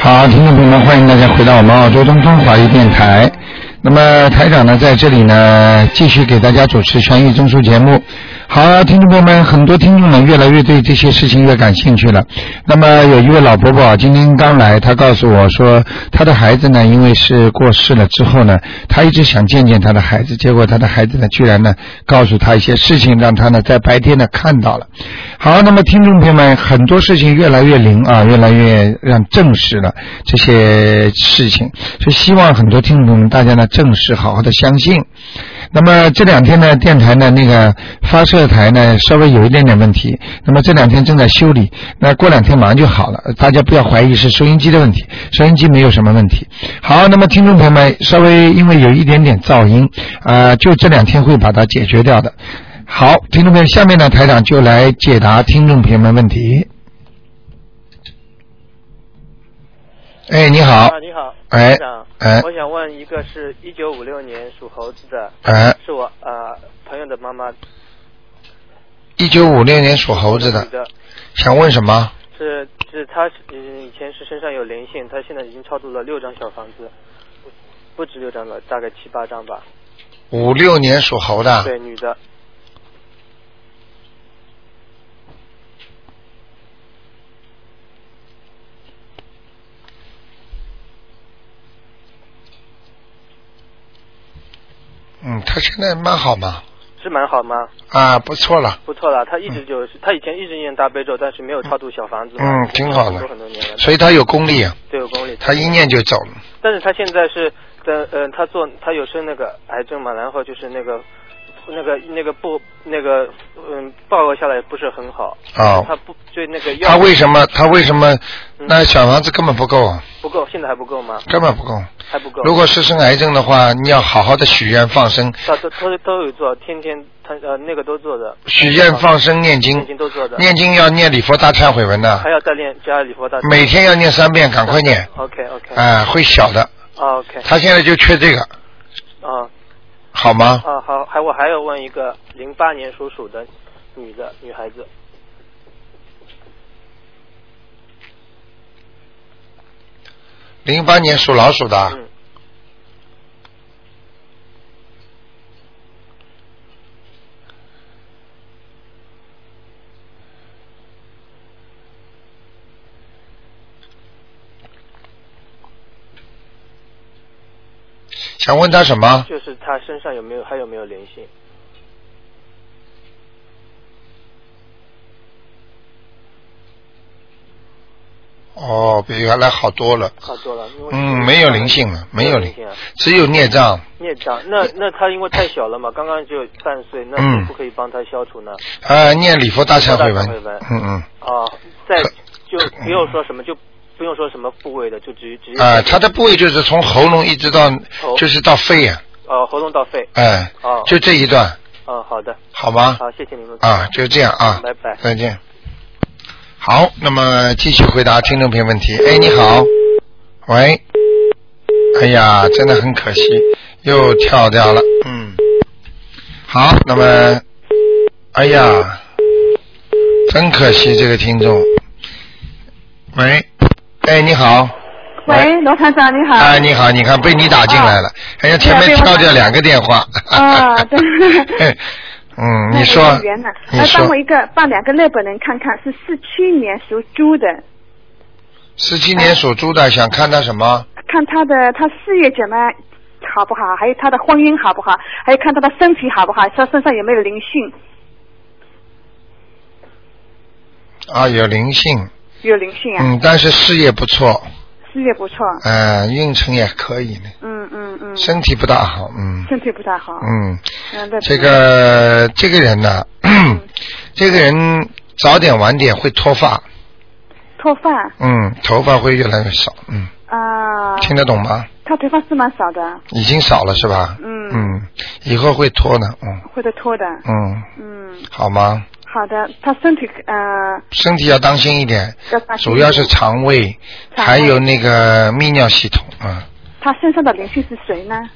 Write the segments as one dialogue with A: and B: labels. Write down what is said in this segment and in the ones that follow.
A: 好，听众朋友们，欢迎大家回到我们澳洲东方华语电台。那么台长呢，在这里呢，继续给大家主持权益综述节目。好，听众朋友们，很多听众呢，越来越对这些事情越感兴趣了。那么有一位老伯伯啊今天刚来，他告诉我说，他的孩子呢，因为是过世了之后呢，他一直想见见他的孩子，结果他的孩子呢，居然呢，告诉他一些事情，让他呢在白天呢看到了。好，那么听众朋友们，很多事情越来越灵啊，越来越让证实了这些事情，所以希望很多听众朋友们大家呢正视，好好的相信。那么这两天呢，电台呢那个发射台呢稍微有一点点问题，那么这两天正在修理，那过两天马上就好了，大家不要怀疑是收音机的问题，收音机没有什么问题。好，那么听众朋友们，稍微因为有一点点噪音，啊、就这两天会把它解决掉的。好，听众朋友，下面呢，台长就来解答听众朋友们问题。哎，你好，
B: 啊，你好，
A: 哎
B: 台长，
A: 哎
B: 我想问一个是一九五六年属猴子的，
A: 哎，
B: 是我呃朋友的妈妈，
A: 一九五六年属猴子的
B: 女，的，
A: 想问什么？
B: 是是她嗯以前是身上有灵性，她现在已经超度了六张小房子，不不止六张了，大概七八张吧。
A: 五六年属猴的，啊
B: 对，女的，
A: 嗯，他现在蛮好嘛，
B: 是蛮好吗？
A: 啊，不错了，
B: 不错了，她一直就是她以前一直念大悲咒，但是没有超度小房子嘛，
A: 嗯挺好的
B: 很多很多年了，
A: 所以他有功力，啊，
B: 对，有功力。
A: 他一念就走了，
B: 但是他现在是的，呃，他做他有生那个癌症嘛，然后就是那个那个那个不那个嗯，报告下来不是很好。
A: 哦
B: 他不对那个药
A: 他为什么他为什么
B: 嗯
A: 那小房子根本不够，啊，
B: 不够，现在还不够吗？
A: 根本不够。
B: 还不够。
A: 如果是生癌症的话，你要好好的许愿放生，
B: 他都他都有做，天天他呃那个都做的，
A: 许愿放生念
B: 天
A: 经，
B: 天都做的，
A: 念经要念礼佛大忏悔文的，
B: 还要再练加礼佛大。
A: 每天要念三遍，赶快念，
B: OK OK
A: 啊，会小的。
B: 啊 OK
A: 他现在就缺这个，
B: 啊
A: 好吗？
B: 啊好，还我还要问一个零八年属鼠的女的女孩子，
A: 零八年属老鼠的啊，
B: 嗯，
A: 想问他什么？
B: 就是她身上有没有还有没有灵性？
A: 哦，比原来好多了，
B: 好多了，因为
A: 嗯，没有灵性了，没有
B: 灵
A: 灵，
B: 性啊。
A: 只有孽障。
B: 孽障，那那他因为太小了嘛，刚刚只有半岁，那
A: 嗯
B: 可不可以帮他消除呢？
A: 啊，念礼佛大忏悔文
B: 礼佛大忏，
A: 嗯嗯，
B: 啊，再
A: 可
B: 就不用说什么，就不用说什么部位的，就直直接
A: 啊、他的部位就是从喉咙一直到，
B: 头
A: 就是到肺啊，
B: 呃喉咙到肺。
A: 哎、
B: 哦，
A: 就这一段，
B: 嗯好的，
A: 好吗？
B: 好，谢谢你们。
A: 啊，就这样啊，
B: 拜拜
A: 再见。好，那么继续回答听众朋友问题。哎，你好，喂，哎呀，真的很可惜，又跳掉了，嗯。好，那么，哎呀，真可惜这个听众。喂，哎，你好。
C: 喂，罗团长你好。
A: 哎，你好，你看被你打进来了，人家前面跳掉两个电 话。
C: 啊对
A: 嗯，
C: 那
A: 你说
C: 有缘呢，呃
A: 你
C: 来帮
A: 说
C: 我，一个，帮两个日本人看看，是四七年属猪的，
A: 十七
C: 嗯
A: 年属猪的想看他什么？
C: 看他的他事业怎么好不好，还有他的婚姻好不好，还有看他的身体好不好，他身上有没有灵性，
A: 啊，有灵性，
C: 有灵性啊，
A: 嗯，但是事业不错，
C: 事业不错，
A: 嗯，运程也可以呢，
C: 嗯嗯嗯，
A: 身体不大好，嗯
C: 身体不大好，
A: 嗯，
C: 嗯，对嗯
A: 这个这个人呢， 这个人早点晚点会脱发，
C: 脱发
A: 嗯，头发会越来越少，嗯，
C: 啊，
A: 听得懂吗？
C: 他头发是蛮少的，
A: 已经少了是吧？
C: 嗯
A: 嗯，以后会脱的，嗯
C: 会的脱的，
A: 嗯，
C: 嗯，
A: 好吗？
C: 好的，他身体呃，
A: 身体要当心一点，
C: 要当心
A: 主要是肠胃，
C: 肠胃
A: 还有那个泌尿系统啊、
C: 他身上的灵性是谁呢？
A: 嗯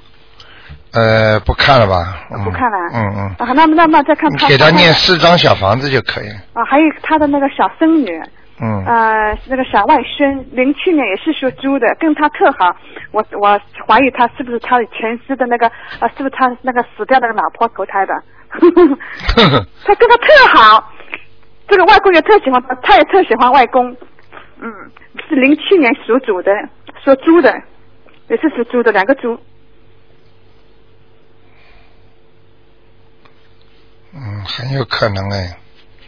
A: 呃，不看了吧？嗯、
C: 不看了。
A: 嗯嗯。
C: 啊，那么那么再看
A: 你
C: 他。
A: 给他念四张小房子就可以了。
C: 啊，还有他的那个小孙女，
A: 嗯
C: 呃，那个小外孙，零七年也是属猪的，跟他特好。我我怀疑他是不是他的前世的那个，呃，是不是他那个死掉的老婆投 胎的？
A: 呵呵，
C: 他跟他特好，这个外公也特喜欢他，他也特喜欢外公。嗯，是零七年属猪的，属猪的，也是属猪的，两个猪。
A: 嗯，很有可能哎，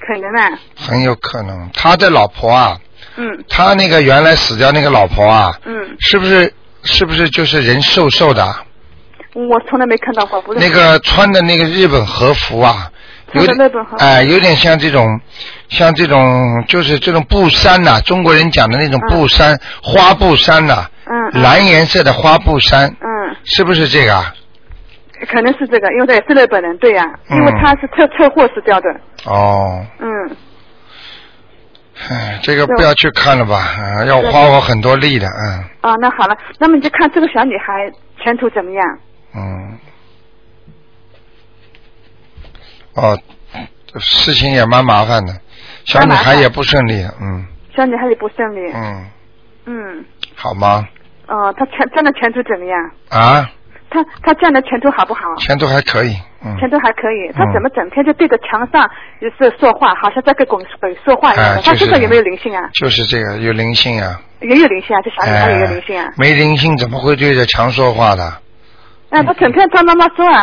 C: 可能啊，
A: 很有可能。他的老婆啊，
C: 嗯
A: 他那个原来死掉那个老婆啊，
C: 嗯，
A: 是不是是不是就是人瘦瘦的啊，
C: 我从来没看到过，不是
A: 那个穿的那个日本和服啊，有
C: 穿的
A: 点
C: 日本和服
A: 哎、有点像这种，像这种就是这种布衫呐、中国人讲的那种布衫，花布衫呐、
C: 嗯嗯
A: 蓝颜色的花布衫，
C: 嗯，
A: 是不是这个啊？
C: 可能是这个，因为他也是日本人，对呀、
A: 嗯
C: 因为他是车车祸死掉的，
A: 哦，
C: 嗯，
A: 哎，这个
C: 对
A: 不要去看了吧，啊，要花我很多力的，嗯
C: 啊，那好了，那么你就看这个小女孩前途怎么样？
A: 嗯。哦，事情也蛮麻烦的，小
C: 蛮
A: 女
C: 麻
A: 孩
C: 烦
A: 也不顺利，嗯
C: 小女孩也不顺利，
A: 嗯，
C: 嗯，
A: 好吗？
C: 哦、她前将来前途怎么样？
A: 啊，
C: 她她将来前途好不好？
A: 前途还可以，嗯，
C: 前途还可以，她怎么整天就对着墙上就是说话，好像在跟鬼鬼说话一样
A: 哎
C: 的？她
A: 就是
C: 身上有没有灵性啊？
A: 就是这个有灵性啊，
C: 也有灵性啊，这小女孩
A: 哎
C: 也有灵性啊。
A: 没灵性怎么会对着墙说话的？嗯
C: 啊，他整天他妈妈说啊，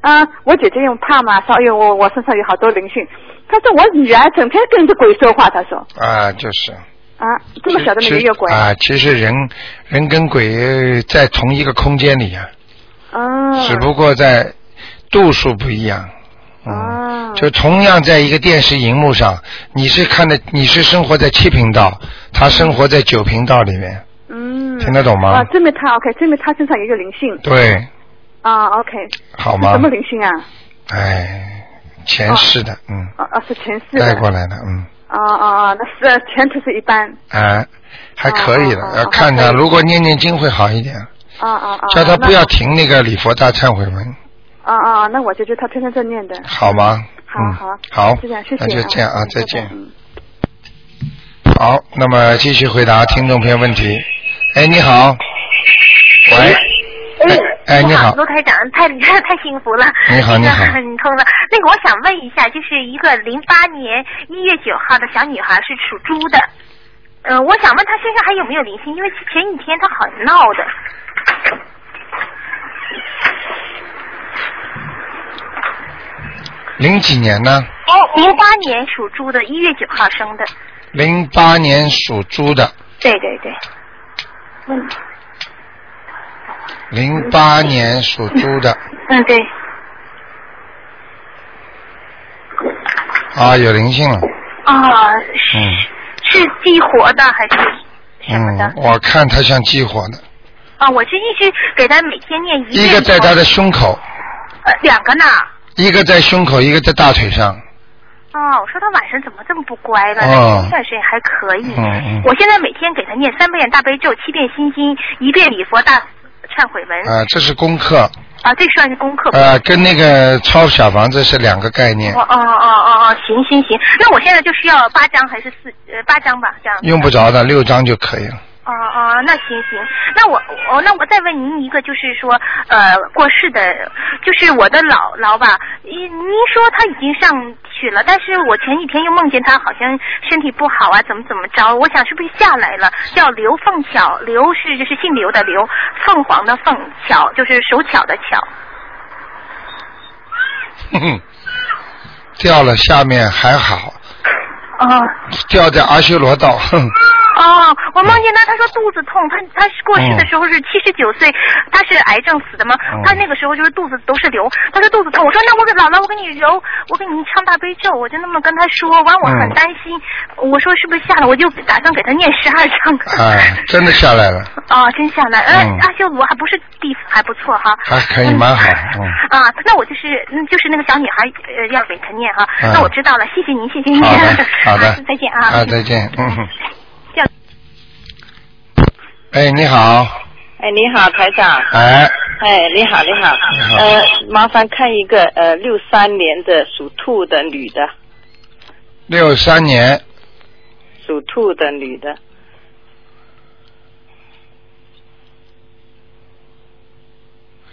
C: 啊，我姐姐用怕嘛，说哎呦我我身上有好多灵性。他说我女儿整天跟着鬼说话，他说
A: 啊，就是
C: 啊，这么小的
A: 其
C: 女
A: 实
C: 人有鬼，
A: 啊！其实人人跟鬼呃在同一个空间里啊，
C: 嗯，
A: 只不过在度数不一样。嗯，
C: 啊，
A: 就同样在一个电视荧幕上，你是看的，你是生活在七频道，他生活在九频道里面，
C: 嗯，
A: 听得懂吗
C: 啊，证明他 OK，证明他身上也有灵性
A: 对，
C: 啊，OK，
A: 好
C: 是
A: 吗
C: 什么？灵性啊？
A: 哎，前世的，嗯，
C: 啊啊，是前世
A: 带
C: 的，
A: 过来的，嗯。
C: 啊啊啊，那是前途是一般，
A: 啊，还可以
C: 哦哦
A: 了，
C: 哦
A: 要看
C: 还
A: 他，
C: 可以
A: 如果念念经会好一点，
C: 啊啊啊，
A: 叫他不要
C: 那
A: 停那个礼佛大忏悔文，
C: 啊啊，那我就就他天天在念的，
A: 好吗？
C: 好
A: 嗯
C: 好，
A: 好
C: 就这样，谢谢
A: 那
C: 啊，
A: 就这样啊，
C: 嗯拜
A: 再
C: 拜
A: 见。
C: 嗯
A: 好，那么继续回答听众朋友问题。哎，你好，
D: 哎
A: 喂，哎哎，你好，
D: 卢台长，太 厉害，太幸福了。
A: 你好你好
D: 那个 你通了。那个，我想问一下，就是一个零八年一月九号的小女孩是属猪的，嗯、我想问她身上还有没有灵性？因为前几天她好像闹的。
A: 零几年呢？
D: 哦，零八年属猪的，一月九号生的。
A: 零八年属猪的，
D: 对对对。嗯
A: 零八年属猪的
D: 嗯，对。
A: 啊，有灵性了，
D: 啊、是
A: 嗯
D: 是激活的还是什么的？
A: 嗯，我看他像激活的，
D: 啊，我是一直给她每天念一
A: 一
D: 遍。
A: 个在他的胸口，
D: 呃两个呢。
A: 一个在胸口，一个在大腿上。
D: 哦，我说他晚上怎么这么不乖了？
A: 哦
D: 前段时间还可以。
A: 嗯嗯
D: 我现在每天给他念三遍大悲咒，七遍心经，一遍礼佛大忏悔文。
A: 啊、这是功课，
D: 啊，这算是功课。
A: 呃，跟那个抄小房子是两个概念
D: 哦，哦哦哦哦，行行行，那我现在就是要八张还是四呃八张吧，这样。
A: 用不着的，六张就可以了。
D: 哦哦，那行行，那我哦，那我再问您一个，就是说，呃，过世的，就是我的老老吧，您您说他已经上去了，但是我前几天又梦见他好像身体不好啊，怎么怎么着，我想是不是下来了？叫刘凤巧，刘是就是姓刘的刘，凤凰的凤，巧就是手巧的巧。
A: 哼哼，掉了下面还好，
D: 哦
A: 掉在阿修罗道。 啊哼，
D: 哦，我梦见他，他说肚子痛，他他是过世的时候是七十九岁，他是癌症死的嘛，
A: 嗯
D: 他那个时候就是肚子都是瘤，他说肚子痛，我说那我给姥姥，我给你揉，我给你唱大悲咒，我就那么跟他说，完我很
A: 嗯
D: 担心，我说是不是下来，我就打算给他念十二 章。
A: 啊，真的下来了，
D: 哦，真下来，呃
A: 嗯，
D: 阿修罗还不是地府，还不错哈。
A: 还可以，蛮好。嗯，
D: 啊，那我就是，嗯，就是那个小女孩，呃，要给她念哈。
A: 嗯
D: 那我知道了，谢谢您，谢谢您。，
A: 好的，好的
D: 再 见啊。
A: 啊，再见。嗯哼
D: 这样。
A: 哎，你好，
E: 哎，你好，台长。
A: 哎，
E: 哎，你好，你好。
A: 你好
E: 呃，麻烦看一个呃，六三年的属兔的女的，
A: 六三年
E: 属属兔的女的，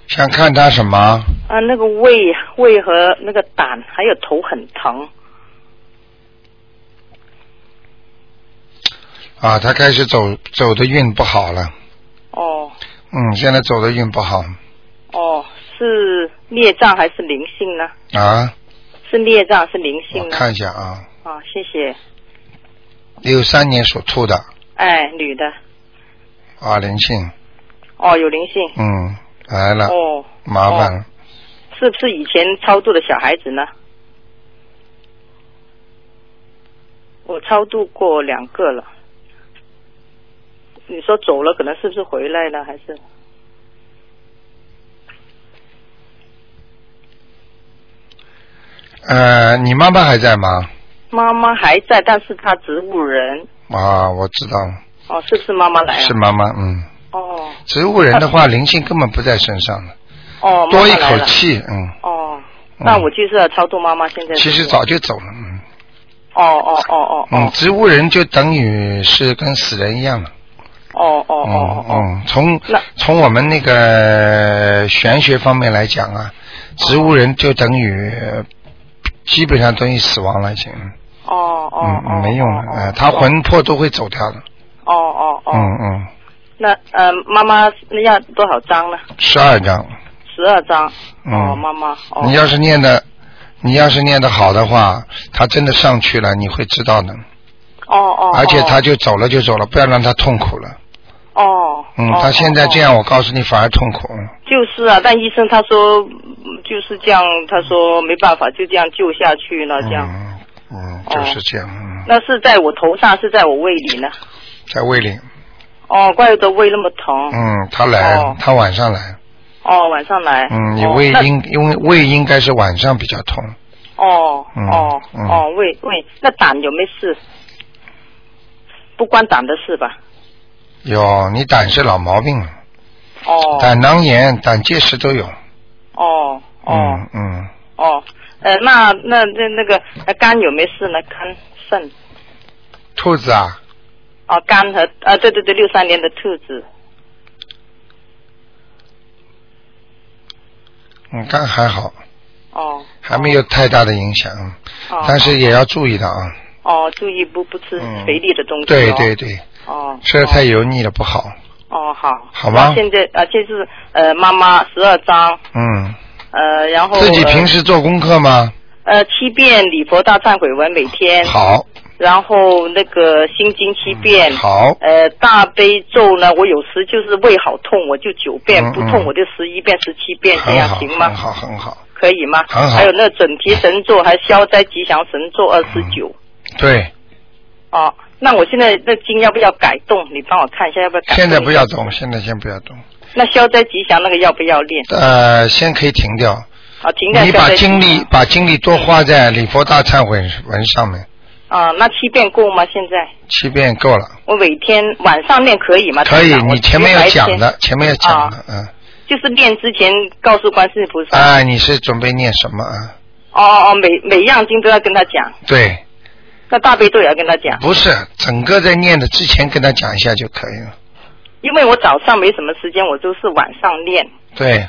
A: 想看他什么？
E: 啊，那个胃胃和那个胆还有头很疼，
A: 啊，他开始走走的运不好了，
E: 哦
A: 嗯，现在走的运不好
E: 哦，是孽障还是灵性呢？
A: 啊。
E: 是孽障是灵性
A: 我
E: 呢？
A: 看一下啊，
E: 啊，谢谢。
A: 六三年属兔的
E: 哎，女的，
A: 啊，灵性，
E: 哦，有灵性，
A: 嗯，来了，
E: 哦，
A: 麻烦了。
E: 是不是以前超度的小孩子呢？我超度过两个了。你说走了，可能是不是回来了，还是？
A: 呃，你妈妈还在吗？
E: 妈妈还在，但是她植物人。
A: 啊，我知道了，
E: 哦，是不是妈妈来啊？
A: 是妈妈，嗯。
E: 哦
A: 植物人的话，灵性根本不在身上了，
E: 哦，妈
A: 多一
E: 妈来
A: 口
E: 了。
A: 气，嗯。
E: 哦，
A: 嗯
E: 那我就是要超度妈妈现在。
A: 其实。早就走了，嗯
E: 哦哦哦哦
A: 嗯，
E: 哦
A: 植物人就等于是跟死人一样了，
E: 哦哦
A: 嗯
E: 哦哦。
A: 嗯，从
E: 那
A: 从我们那个玄学方面来讲啊，植物人就等于呃基本上等于死亡了，已经，嗯
E: 哦哦
A: 嗯，
E: 哦。
A: 没用
E: 哦
A: 了，呃，他。魂魄都会走掉的，
E: 哦哦哦
A: 嗯。嗯，
E: 那呃，妈妈那要多少张呢？
A: 十二张，
E: 十二张。哦，
A: 嗯，
E: 妈妈。哦。
A: 你要是念的，你要是念的好的话，他真的上去了，你会知道的，
E: 哦哦。
A: 而且
E: 哦
A: 他就走了就走了，不要让他痛苦了。
E: 哦。
A: 嗯，
E: 哦
A: 他现在这。
E: 哦哦
A: 样，我告诉你反而痛苦。嗯
E: 就是啊，但医生他说嗯就是这样，他说没办法，就这样救下去了，这样。哦
A: 嗯嗯，就是这样。嗯，
E: 那是在我头上，是在我胃里呢。
A: 在胃里。
E: 哦，怪不得胃那么疼。
A: 嗯，他来，
E: 哦
A: 他晚上来。
E: 哦，晚上来。
A: 嗯，你
E: 哦
A: 胃
E: 那
A: 应因为胃应该是晚上比较痛，
E: 哦
A: 嗯
E: 哦
A: 嗯
E: 哦，胃胃，那胆有没事？不关胆的事吧？
A: 有你胆是老毛病了，
E: 哦
A: 胆囊炎、胆结石都有。
E: 哦哦
A: 嗯嗯，
E: 哦，呃，那那那那个呃肝有没事呢？肝肾
A: 兔子啊，
E: 哦，肝和呃，对对对，六三年的兔子
A: 嗯，肝还好，
E: 哦
A: 还没有太大的影响，
E: 哦，
A: 但是也要注意的啊。
E: 哦，注意不不吃
A: 嗯
E: 肥腻的东西、哦
A: 对对对，
E: 哦，
A: 吃的太油腻了不好。
E: 哦哦好，
A: 好吧
E: 那现在呃，就是呃，妈妈十二张，
A: 嗯，
E: 呃，然后
A: 自己平时做功课吗？
E: 呃呃七遍礼佛大忏悔文每天，
A: 好，嗯
E: 然后那个心经七遍，
A: 好。
E: 呃大悲咒呢，我有时就是胃好痛，我就九遍，
A: 嗯
E: 不
A: 嗯
E: 痛我就十一遍、十七遍这
A: 很
E: 样
A: 好，
E: 行吗
A: 很？好，很好。
E: 可以吗？
A: 很好
E: 还有那准提神咒，还消灾吉祥神咒二十九。
A: 对，
E: 哦，那我现在那经要不要改动？你帮我看一下要不要改动？
A: 现在不要。动，现在先不要动。
E: 那消灾吉祥那个要不要练？
A: 呃，先可以停掉。
E: 啊，停在
A: 你把
E: 消灾吉祥
A: 精力把精力多花在礼佛大忏悔文上面，
E: 啊，那七遍够吗？现在
A: 七遍够了。
E: 我每天晚上练可以吗？
A: 可以
E: 台，长
A: 你前面有讲，
E: 我
A: 的，前面有讲
E: 哦
A: 的，嗯。
E: 就是练之前告诉观世音菩萨。
A: 啊，你是准备念什么啊？
E: 哦哦哦，每每样经都要跟他讲，
A: 对，
E: 那大悲咒也要跟他讲，
A: 不是整个在念的之前跟他讲一下就可以了。
E: 因为我早上没什么时间，我都是晚上练。
A: 对，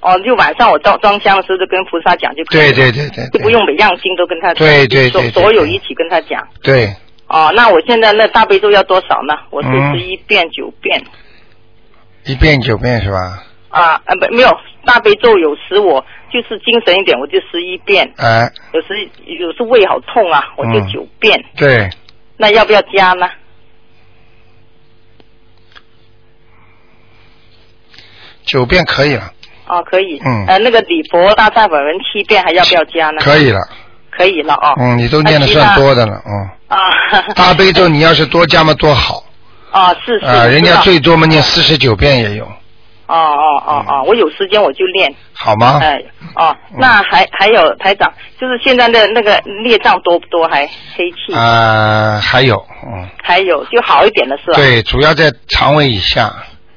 E: 哦，就晚上我到装箱的时候就跟菩萨讲就可以
A: 对
E: 了，
A: 对对对
E: 就不
A: 对，
E: 用每样经都跟他讲，
A: 对对
E: 所
A: 对对
E: 所有
A: 对
E: 一起跟他讲。
A: 对，
E: 哦，那我现在那大悲咒要多少呢？我是
A: 嗯
E: 十一遍九遍
A: 一遍九遍是吧？
E: 啊，呃，不，没有大悲咒有时我就是精神一点，我就十一遍，
A: 哎，
E: 有时有时胃好痛啊，我就
A: 嗯
E: 九遍。
A: 对，
E: 那要不要加呢？
A: 九遍可以了，
E: 哦，可以。
A: 嗯
E: 呃，那个礼佛大忏悔文七遍还要不要加呢？
A: 可以了。
E: 可以了哦。
A: 嗯，你都念的 算多的了，嗯。
E: 啊。
A: 大悲咒你要是多加嘛多好
E: 哦，是是。
A: 啊、
E: 我知
A: 人家
E: 道
A: 最多嘛念四十九遍也有，
E: 哦哦哦哦，我有时间我就练。
A: 嗯好吗？嗯
E: 哎、哦，那还还有台长，就是现在的那个孽障多不多？还黑气，
A: 啊、还有，嗯，
E: 还有就好一点了是吧？。
A: 对，主要在肠胃以下，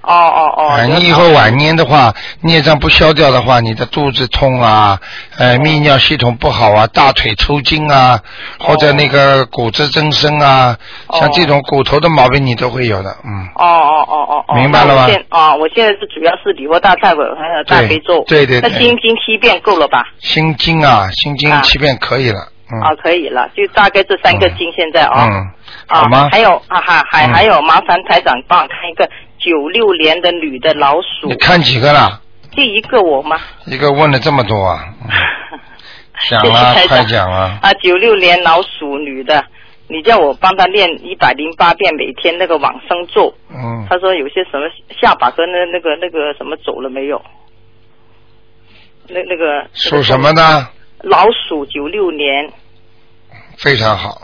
E: 哦哦哦。
A: 哎，
E: 要
A: 你以
E: 早
A: 后晚年的话，孽障不消掉的话，你的肚子痛啊，呃，泌尿系统不好啊，大腿抽筋啊，或者那个骨质增生啊，
E: 哦
A: 像这种骨头的毛病你都会有的，嗯，
E: 哦哦哦哦哦，
A: 明白了吗
E: 那我现啊，我现在是主要是礼佛大忏悔还有大悲咒，
A: 对对对
E: 那心经七遍够了吧？
A: 心经啊，心经
E: 啊
A: 七遍可以了，嗯，
E: 啊，可以了，就大概这三个经现在啊，
A: 嗯，
E: 啊
A: 好吗？
E: 还有啊哈，还
A: 嗯
E: 还有，麻烦台长帮我看一个九六年的女的老鼠
A: 你，看几个了？
E: 就一个我吗？
A: 一个问了这么多 啊，嗯讲
E: 谢谢
A: 啊，
E: 台长
A: 快讲啊，
E: 啊，九六年老鼠女的，你叫我帮她练一百零八遍每天那个往生咒，
A: 嗯，
E: 她说有些什么下巴跟那那个那个什么走了没有？那那个
A: 属什么？呢？
E: 老鼠九六年
A: 非常好，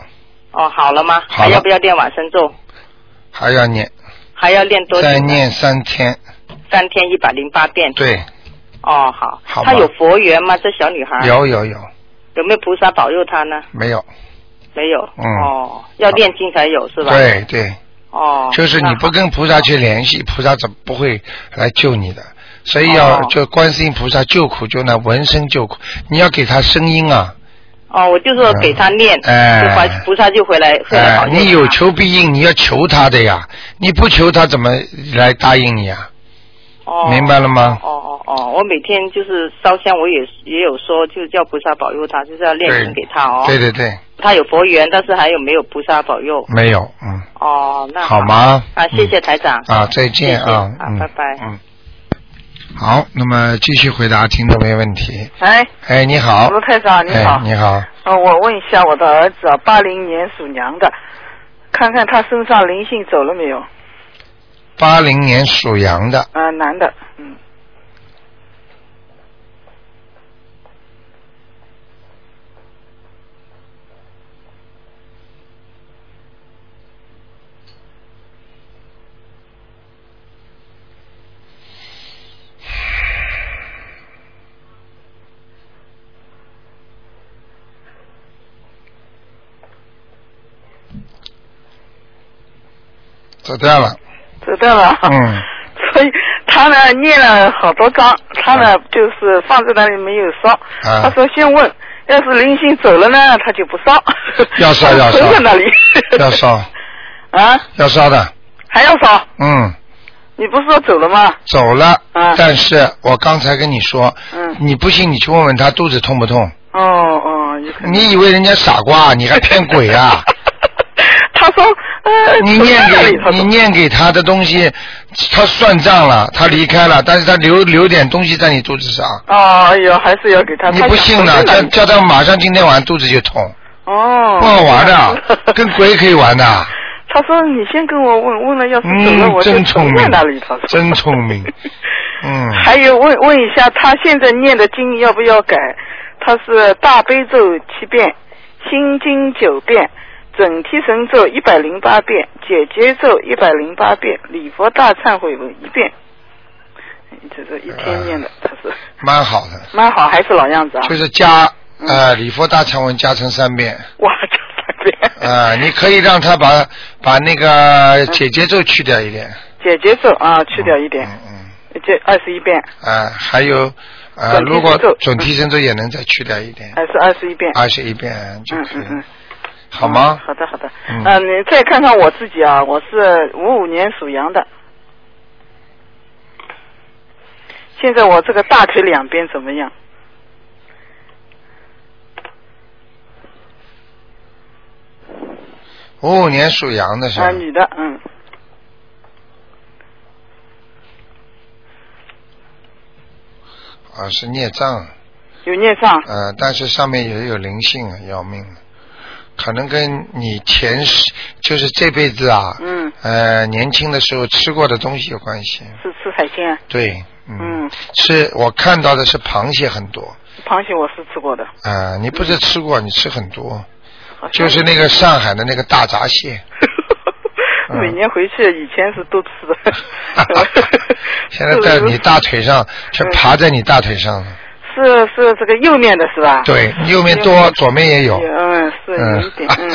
E: 哦，好了吗？
A: 好了
E: 还要不要练往生咒？
A: 还要念，
E: 还要练多久？
A: 再念三天，
E: 三天一百零八遍。
A: 对，
E: 哦，好。
A: 好吧
E: 她有佛缘吗？这小女孩
A: 有有有，
E: 有没有菩萨保佑她呢？
A: 没有？
E: 没有。
A: 嗯
E: 哦，要练经才有是吧？。
A: 对对，
E: 哦。
A: 就是
E: 那
A: 你
E: 好
A: 不跟菩萨去联系，菩萨怎么不会来救你的？所以要
E: 哦
A: 就观世音菩萨救苦救难，闻声救苦，你要给他声音啊，
E: 哦，我就说给他念，
A: 哎
E: 就怀菩萨就回来，回来
A: 哎、
E: 保佑他
A: 你有求必应，你要求他的呀，你不求他怎么来答应你啊？
E: 哦，
A: 明白了吗？
E: 哦哦哦，我每天就是烧香，我也也有说，就叫菩萨保佑他，就是要念
A: 对
E: 经给他哦。
A: 对对对，
E: 他有佛缘，但是还有没有菩萨保佑？
A: 没有，嗯，
E: 哦，那
A: 好？吗？
E: 啊，谢谢台长。
A: 啊，再见啊，
E: 谢谢啊
A: 嗯
E: 拜拜
A: 嗯，好，那么继续回答听众没问题。
F: 哎，
A: 哎，你好，
F: 卢台长你好
A: 哎，你好，
F: 呃，我问一下我的儿子啊，八零年属羊的，看看他身上灵性走了没有？
A: 八零年属羊的，
F: 啊、男的，嗯，
A: 走掉了，
F: 走掉了。
A: 嗯。
F: 所以他呢念了好多章，他呢就是放在那里没有烧。
A: 嗯啊
F: 他说先问，要是灵性走了呢，他就不烧。
A: 要烧要烧
F: 存在那里。
A: 要烧
F: 啊，
A: 要烧的，
F: 还要烧？
A: 嗯，
F: 你不是说走了吗？
A: 走了，
F: 啊
A: 但是我刚才跟你说，
F: 嗯
A: 你不信你去问问他肚子痛不痛，
F: 哦哦，有可能。
A: 你以为人家傻 瓜，你还骗鬼啊？
F: 他说，呃，
A: 你
F: 存在
A: 念
F: 那里
A: 给
F: 他
A: 你
F: 说
A: 念给他的东西，他算账了，他离开了，但是他留留点东西在你肚子上，
F: 哦，哎呦，还是要给他。
A: 你
F: 他
A: 不
F: 想
A: 信呢？
F: 存在
A: 叫
F: 那里
A: 叫他马上今天晚上肚子就痛，
F: 哦，
A: 不好玩的，跟鬼可以玩 的。
F: 他说你先跟我问，问了要是走了，
A: 嗯，
F: 我就
A: 真聪
F: 存在
A: 明
F: 那里。他说，
A: 真聪 明。嗯，
F: 还有问问一下，他现在念的经要不要改？他是大悲咒七遍，心经九遍，准提神咒一百零八遍，解结咒一百零八遍，礼佛大忏悔文一遍。这是一天念的，
A: 哎
F: 他是
A: 蛮好的，
F: 蛮好，还是老样子啊。
A: 就是加呃礼佛大忏文加成三遍。
F: 哇，这三遍。嗯
A: 呃，你可以让他把把那个姐姐咒去掉一点，
F: 解结咒啊，去掉一点，
A: 嗯嗯，
F: 这二十一遍，
A: 啊、还有呃，
F: 准提
A: 如果
F: 神咒嗯
A: 准提神咒也能再去掉一点，
F: 还是二十一遍。
A: 二十一遍就
F: 嗯
A: 可以
F: 嗯
A: 了，
F: 嗯。
A: 好吗？
F: 好的好的，
A: 嗯
F: 嗯、你再看看我自己啊，我是五五年属羊的，现在我这个大腿两边怎么样？
A: 五五哦年属羊的是吧
F: 啊，？女的，嗯，
A: 啊，是孽障，
F: 有孽障，
A: 呃，但是上面也有灵性啊，要命了，可能跟你前世就是这辈子啊，
F: 嗯，
A: 呃，年轻的时候吃过的东西有关系，
F: 是吃海鲜，啊
A: 对，嗯，
F: 嗯，
A: 是我看到的是螃蟹很多。
F: 螃蟹我是吃过的，
A: 啊、你不是吃过，你吃很多，
F: 好像
A: 就是那个上海的那个大闸蟹，嗯，
F: 每年回去以前是都吃的嗯
A: 现在在你大腿上，全爬在你大腿上了。
F: 是是是这个右面的是吧？
A: 对，右面多，左面也有。
F: 嗯，是
A: 嗯
F: 有一点， 嗯，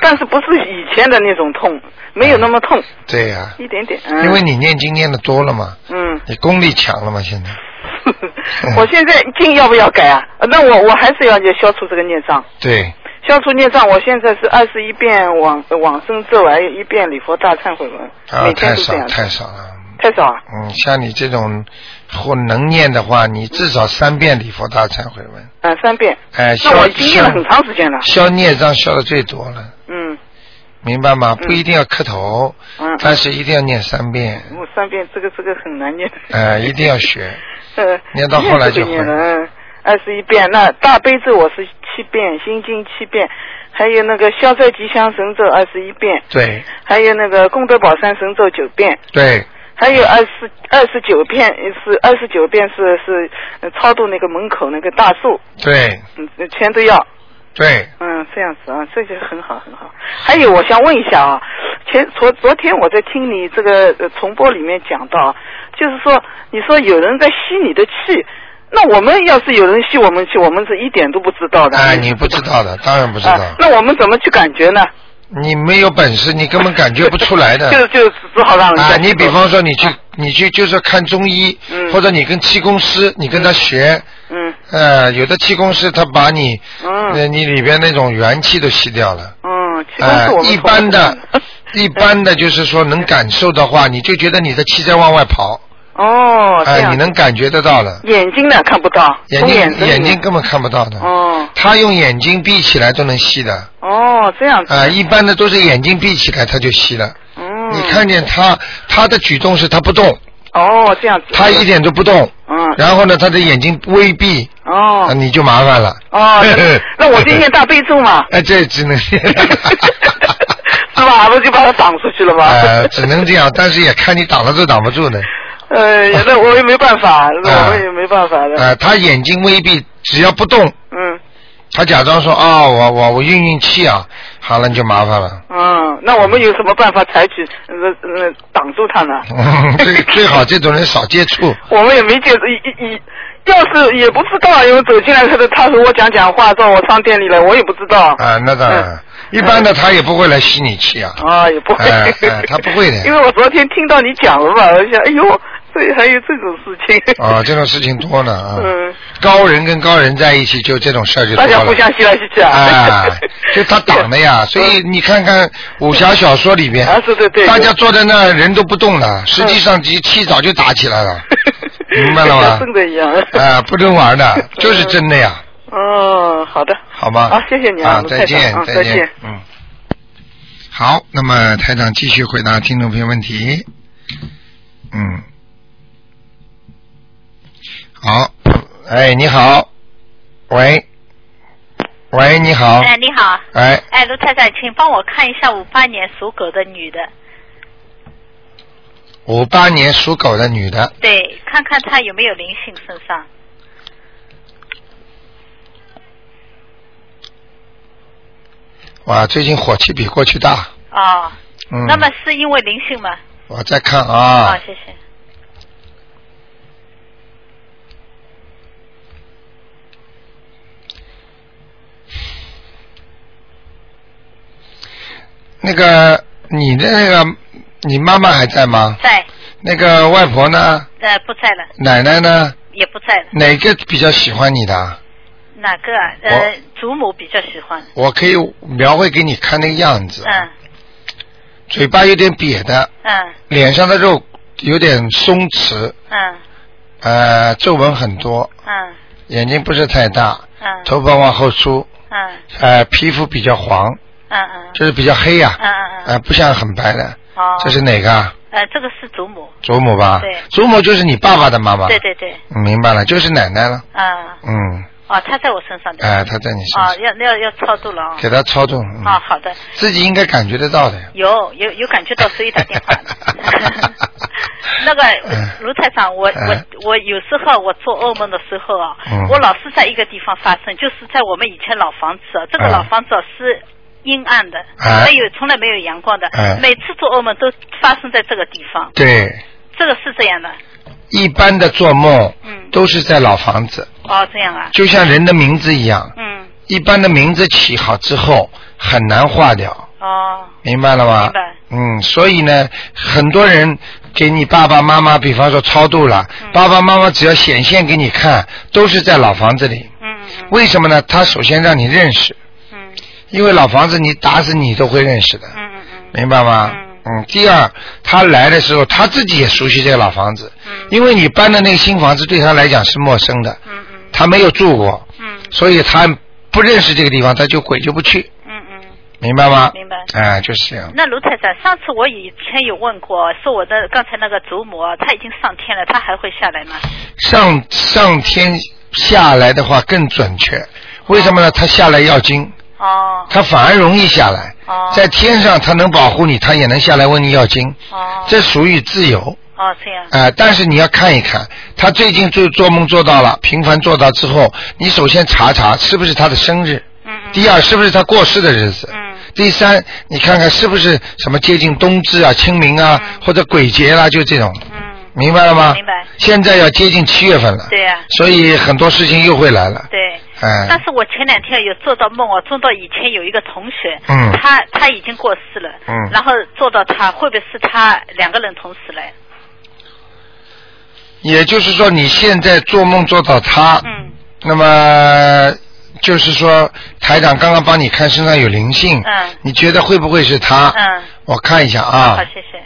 F: 但是不是以前的那种痛，没有那么痛，
A: 对呀、
F: 一点点。嗯、
A: 因为你念经念的多了嘛，
F: 嗯，
A: 你功力强了嘛，现在。嗯
F: 我现在经要不要改啊？呃那我我还是要消除这个孽障，
A: 对，
F: 消除孽障。我现在是二十一遍往往生咒，还有一遍礼佛大忏悔文，
A: 啊，
F: 每
A: 太
F: 天都这
A: 少
F: 样，
A: 太少了。
F: 太少啊。
A: 嗯，像你这种或能念的话，你至少三遍礼佛大忏悔文，
F: 嗯，三遍。
A: 哎，
F: 那
A: 消
F: 我已经念了很
A: 消
F: 长时间了。
A: 消孽障消的最多了，
F: 嗯
A: 明白吗？不一定要磕头，
F: 嗯，
A: 但是一定要念三遍，
F: 我三遍这个这个很难念。
A: 哎，一定要学。
F: 呃，
A: 念到后来 就
F: 念这个念
A: 会
F: 了。嗯二十一遍，那大悲咒我是七遍，心经七遍，还有那个消灾吉祥神咒二十一遍，
A: 对
F: 还有那个功德宝山神咒九遍，
A: 对，
F: 还有二十二十九遍是二十九遍是是呃超度那个门口那个大树，
A: 对
F: 嗯，全都要。
A: 对，
F: 嗯，这样子啊，这就很好很好。还有，我想问一下啊，前昨昨天我在听你这个、呃、重播里面讲到啊，就是说你说有人在吸你的气，那我们要是有人吸我们气，我们是一点都不知道的。
A: 哎，你不知道的，当然不知
F: 啊、
A: 道。
F: 那我们怎么去感觉呢？
A: 你没有本事，你根本感觉不出来 的。
F: 就就只好让人家
A: 啊，
F: 知道。
A: 你比方说你去，你去就是看中医，
F: 嗯
A: 或者你跟气功师，你跟他学，
F: 嗯
A: 呃，有的气功师他把你，
F: 嗯
A: 呃，你里边那种元气都吸掉了。
F: 嗯，气功
A: 啊
F: 是我，们
A: 一
F: 从来
A: 般
F: 不
A: 的，
F: 懂
A: 一般的就是说能感受的话，你就觉得你的气在往外跑，
F: 哦，这
A: 哎，
F: 样
A: 你能感觉得到了，
F: 眼睛呢看不到，
A: 眼
F: 从
A: 睛
F: 睛
A: 眼
F: 眼
A: 睛根本看不到的，
F: 哦
A: 他用眼睛闭起来都能吸的，
F: 哦这样子
A: 啊，一般的都是眼睛闭起来他就吸了，
F: 嗯
A: 你看见他他的举动是他不动，
F: 哦这样子
A: 他一点都不动，
F: 嗯
A: 然后呢他的眼睛微闭，
F: 哦
A: 啊你就麻烦了，，
F: 哦，那那我就念大悲咒嘛
A: 哎，这 只能。
F: 是
A: 啊
F: 吧？我就把它挡出去了嘛。
A: 呃，只能这样，但是也看你挡了都挡不住呢。
F: 呃，那我也没办
A: 啊
F: 法，那我们也没办法的。
A: 呃，他眼睛微闭，只要不动，
F: 嗯
A: 他假装说啊、我我我运运气啊，好了你就麻烦了。
F: 嗯，那我们有什么办法采取呃呃挡住他呢？
A: 最最好这种人少接触。
F: 我们也没见一一一，要是也不知道，因为走进来他的他和我讲讲话，到我商店里来，我也不知道。
A: 啊、那当然，
F: 嗯
A: 一般的他也不会来吸你气啊。
F: 啊，也不会
A: 哎哎，他不会的
F: 因为我昨天听到你讲了嘛，我想，哎呦，这还有这种事情。
A: 啊、这种事情多呢啊。
F: 嗯。
A: 高人跟高人在一起，就这种事儿就多
F: 大
A: 了。
F: 家互相吸来吸去啊。
A: 啊，就他挡的呀，所以你看看武侠小说里边，
F: 嗯啊对对嗯对
A: 大家坐在那儿人都不动了，实际上气气早就打起 来了，明白了吗
F: 像真的一样。
A: 啊，不能玩的，就是真的呀，
F: 哦，好的。
A: 好吗？
F: 好谢谢你啊
A: 啊，
F: 卢
A: 再
F: 台长
A: 见
F: 啊，
A: 再
F: 再见，
A: 嗯。好，那么台长继续回答听众朋友问题，嗯，好，哎，你好，喂，喂，你好，
G: 哎，你好，
A: 哎，
G: 哎，卢太太，请帮我看一下五八年属狗的女的，
A: 五八年属狗的女的，
G: 对，看看她有没有灵性身上。
A: 哇，最近火气比过去大。
G: 哦，
A: 嗯，
G: 那么是因为灵性吗？
A: 我再看
G: 好、
A: 啊，
G: 谢谢。
A: 那个你的那个你妈妈还在吗？
G: 在，
A: 那个外婆呢？
G: 呃，不在了，
A: 奶奶呢？
G: 也不在了。
A: 哪个比较喜欢你的？
G: 哪个啊？
A: 哦
G: 呃，祖母比较喜欢。
A: 我可以描绘给你看那个样子，
G: 嗯
A: 嘴巴有点瘪的，
G: 嗯
A: 脸上的肉有点松弛，
G: 嗯
A: 呃，皱纹很多，
G: 嗯
A: 眼睛不是太大，
G: 嗯
A: 头发往后梳，
G: 嗯
A: 呃，皮肤比较黄，
G: 嗯嗯
A: 就是比较黑呀、
G: 嗯嗯嗯。
A: 呃，不像很白的。
G: 哦，
A: 这是哪个啊？
G: 呃，这个是祖母。
A: 祖母吧？
G: 对
A: 祖母就是你爸爸的妈妈。
G: 对对对，
A: 嗯。明白了，就是奶奶了。
G: 嗯，
A: 嗯，
G: 哦，她在我身上的。
A: 哎，她在你身上，
G: 哦，要要要超度了哦。
A: 给她操纵。嗯
G: 哦，好的。
A: 自己应该感觉得到的呀。。
G: 有有有感觉到，所以打电话 那个
A: 嗯
G: 卢台长，我
A: 嗯
G: 我我有时候我做噩梦的时候啊，
A: 嗯
G: 我老是在一个地方发生，就是在我们以前老房子啊，这个
A: 嗯
G: 老房子啊是阴暗的，
A: 啊
G: 没有从来没有阳光的
A: 嗯，
G: 每次做噩梦都发生在这个地方，
A: 对，
G: 这个是这样的。
A: 一般的做梦
G: 嗯，
A: 都是在老房子，
G: 哦，这样啊，
A: 就像人的名字一样，
G: 嗯，
A: 一般的名字起好之后很难化掉，
G: 哦，
A: 明白了吗
G: 明？白，
A: 嗯，所以呢，很多人给你爸爸妈妈，比方说超度了，
G: 嗯
A: 爸爸妈妈只要显现给你看，都是在老房子里。
G: 嗯嗯
A: 为什么呢？他首先让你认识，
G: 嗯
A: 因为老房子你打死你都会认识的，
G: 嗯嗯嗯，
A: 明白吗？
G: 嗯
A: 嗯，第二，他来的时候他自己也熟悉这个老房子，
G: 嗯
A: 因为你搬的那个新房子对他来讲是陌生的，
G: 嗯嗯
A: 他没有住过，
G: 嗯
A: 所以他不认识这个地方，他就鬼就不去，
G: 嗯嗯，
A: 明白吗？
G: 明白。
A: 哎、就是这样。
G: 那卢台长，上次我以前有问过，说我的刚才那个祖母啊，她已经上天了，她还会下来吗？
A: 上上天下来的话更准确，为什么呢？他下来要经，
G: 哦
A: 他反而容易下来。
G: 哦
A: 在天上他能保护你，他也能下来问你要经，
G: 哦
A: 这属于自由
G: 哦这样，
A: 啊、呃但是你要看一看，他最近做做梦做到了，频繁做到之后，你首先查查是不是他的生日，
G: 嗯嗯
A: 第二是不是他过世的日子，
G: 嗯
A: 第三你看看是不是什么接近冬至啊、清明啊、
G: 嗯
A: 或者鬼节啦、就这种，
G: 嗯，
A: 明白了吗？
G: 明白
A: 现在要接近七月份了。
G: 对呀
A: 嗯所以很多事情又会来了。
G: 对。
A: 哎、
G: 但是我前两天有做到梦，我做到以前有一个同学，
A: 嗯
G: 他他已经过世了，
A: 嗯
G: 然后做到他会不会是他两个人同时来？
A: 也就是说，你现在做梦做到他，
G: 嗯
A: 那么就是说，台长刚刚帮你看身上有灵性，
G: 嗯
A: 你觉得会不会是他？
G: 嗯，
A: 我看一下
G: 好
A: 啊，，
G: 谢谢。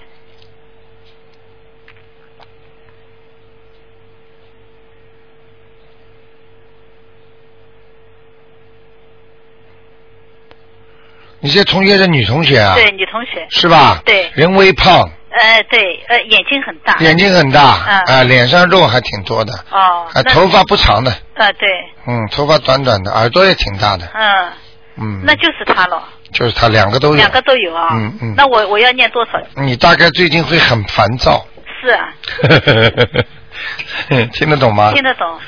A: 你这同学是女同学啊，
G: 对，女同学，
A: 是吧？
G: 对
A: 人微胖，
G: 呃，对，呃，眼睛很大。
A: 眼睛很大，啊、
G: 嗯
A: 脸上肉还挺多的，
G: 哦
A: 啊、，
G: 那
A: 头发不长的，
G: 呃，对，
A: 嗯，头发短短的，耳朵也挺大的，
G: 嗯，
A: 嗯，
G: 那就是他了，
A: 就是他两个都有，
G: 两个都有啊。
A: 嗯嗯
G: 那我我要念多少？
A: 你大概最近会很烦 躁，
G: 是啊，
A: 听得懂吗？
G: 听得懂。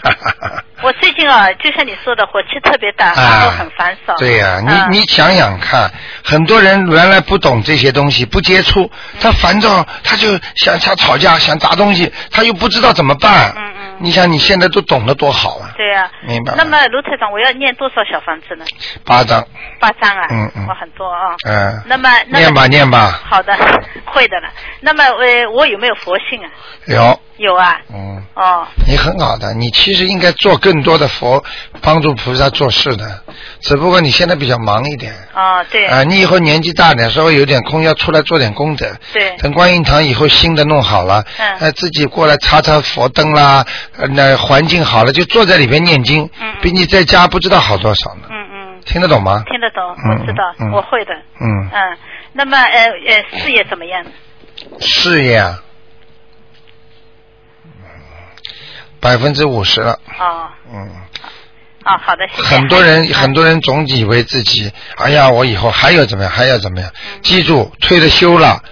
G: 我最近啊，就像你说的，火气特别大，然后
A: 啊，
G: 很烦躁。
A: 对呀、你
G: 嗯
A: 你想想看，很多人原来不懂这些东西，不接
G: 嗯
A: 触，他烦躁，他就想想吵架，想砸东西，他又不知道怎么办。
G: 嗯嗯
A: 你想你现在都懂得多好啊！
G: 对呀。
A: 明白
G: 那
A: 了
G: 么卢台长，我要念多少小房子呢？
A: 八张，
G: 八张啊。
A: 嗯嗯
G: 我很多啊。
A: 嗯、
G: 那么，那么
A: 念吧念吧，
G: 好的， 会的了。那么，呃，我有没有佛性啊？
A: 有，
G: 有啊。
A: 嗯，
G: 哦，
A: 你很好的，你其实应该做更多的佛帮助菩萨做事的，只不过你现在比较忙一点。
G: 哦，对，
A: 啊，你以后年纪大点，稍微有点空，要出来做点功德。
G: 对
A: 等观音堂以后新的弄好了，
G: 嗯
A: 呃，自己过来擦擦佛灯啦，呃那环境好了，就坐在里边念经，
G: 嗯
A: 比你在家不知道好多少呢。
G: 嗯嗯，
A: 听得懂吗？
G: 听得懂，
A: 嗯
G: 我知道，
A: 嗯
G: 我会的。
A: 嗯，
G: 嗯，那么呃呃，事业怎么样？
A: 事业啊，嗯百分之五十了。
G: 哦
A: 嗯，
G: 哦，好的，谢谢。
A: 很多人很
G: 多
A: 多人总以为自己，哎呀，我以后还要怎么样，还要怎么样？记住，退了休了，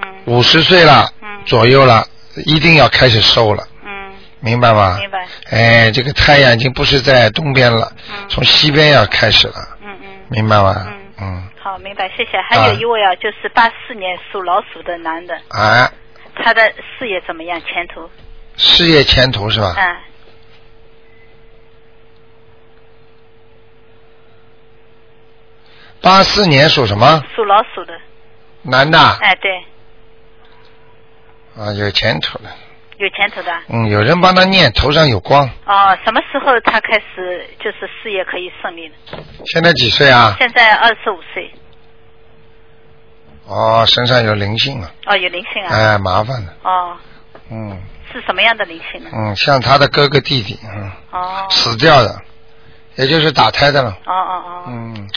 G: 嗯
A: 五十岁了
G: 嗯
A: 左右了，一定要开始收了。
G: 嗯，
A: 明白吗？
G: 明白。
A: 哎，这个太阳已经不是在东边了，
G: 嗯
A: 从西边要开始了，
G: 嗯嗯，
A: 明白吗？
G: 嗯
A: 嗯。
G: 好，明白，谢谢。还有一位啊，就是八四年属老鼠的男的，
A: 啊，
G: 他的事业怎么样？前途？
A: 事业前途是吧？
G: 嗯
A: 八四年属什么？
G: 属老鼠的，
A: 男的啊，
G: 哎，对，
A: 有前途了。
G: 有前途的。啊
A: 嗯，有人帮他念，头上有光。
G: 哦，什么时候他开始就是事业可以顺利了？
A: 现在几岁啊？
G: 现在二十五岁，
A: 哦，身上有灵性了，
G: 哦，有灵性啊，
A: 哎，麻烦了。
G: 哦，
A: 嗯
G: 是什么样的灵性呢？
A: 嗯，像他的哥哥弟弟，嗯，
G: 哦，
A: 死掉的，也就是打胎的了。
G: 哦哦哦，
A: 嗯。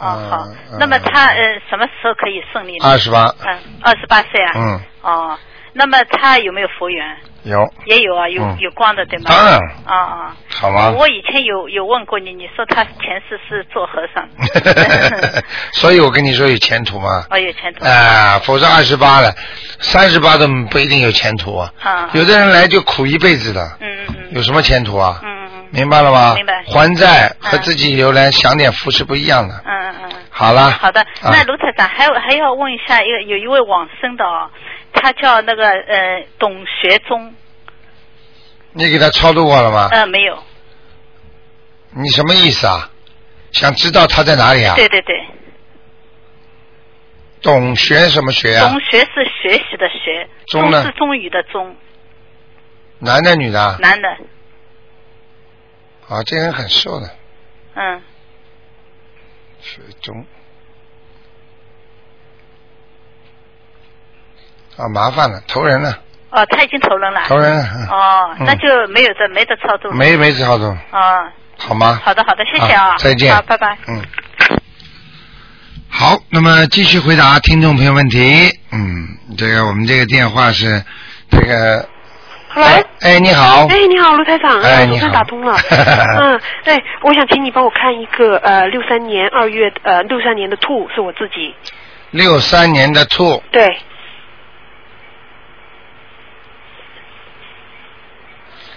G: 哦好
A: 嗯，
G: 那么他呃什么时候可以顺利呢？
A: 二十八，
G: 嗯，二十八岁啊。
A: 嗯，
G: 哦，那么他有没有佛缘？
A: 呃有，
G: 也有啊，有、
A: 嗯
G: 有光的，对吗？
A: 当然了
G: 啊啊、
A: 好吗？
G: 我 以前有有问过你，你说他前世是做和 尚的。
A: 所以我跟你说有前途嘛。
G: 哦，有前途。
A: 啊、否则二十八了，三十八都不一定有前途啊。
G: 啊
A: 有的人来就苦一辈子的，
G: 嗯嗯
A: 有什么前途啊？
G: 嗯嗯嗯
A: 明白了吗？
G: 明白
A: 还债
G: 嗯
A: 和自己留来享点福是不一样的。
G: 嗯嗯嗯。
A: 好了。
G: 好的，
A: 啊
G: 那卢台长还有还啊要问一下，一个有一位往生的哦，他叫那个呃董学忠，
A: 你给他超度过了吗？
G: 嗯，没有。
A: 你什么意思啊？想知道他在哪里啊？
G: 对对对，
A: 懂学什么学啊
G: 中？学是学习的学，
A: 中
G: 中
A: 呢
G: 是中语的中，
A: 男的女的啊？
G: 男的，
A: 啊，这人很瘦的，
G: 嗯，
A: 学中。啊，麻烦了，投人了，
G: 哦，他已经投人了。
A: 投人了，
G: 哦，
A: 嗯
G: 那就没有的，没得操作。
A: 嗯、。没没超度，
G: 哦，
A: 好吗？
G: 好的好的，谢谢啊。
A: 再见。
G: 好，拜拜。。
A: 嗯。好，那么继续回答听众朋友问题。嗯，这个我们这个电话是这个。
H: Hello
A: 哎。哎，你好。
H: 哎，你好，卢台长，
A: 哎你
H: 总算
A: 好
H: 打通 了。嗯，对，我想请你帮我看一个呃，六三年二月呃，六三年的兔是我自己。
A: 六三年的兔，
H: 对，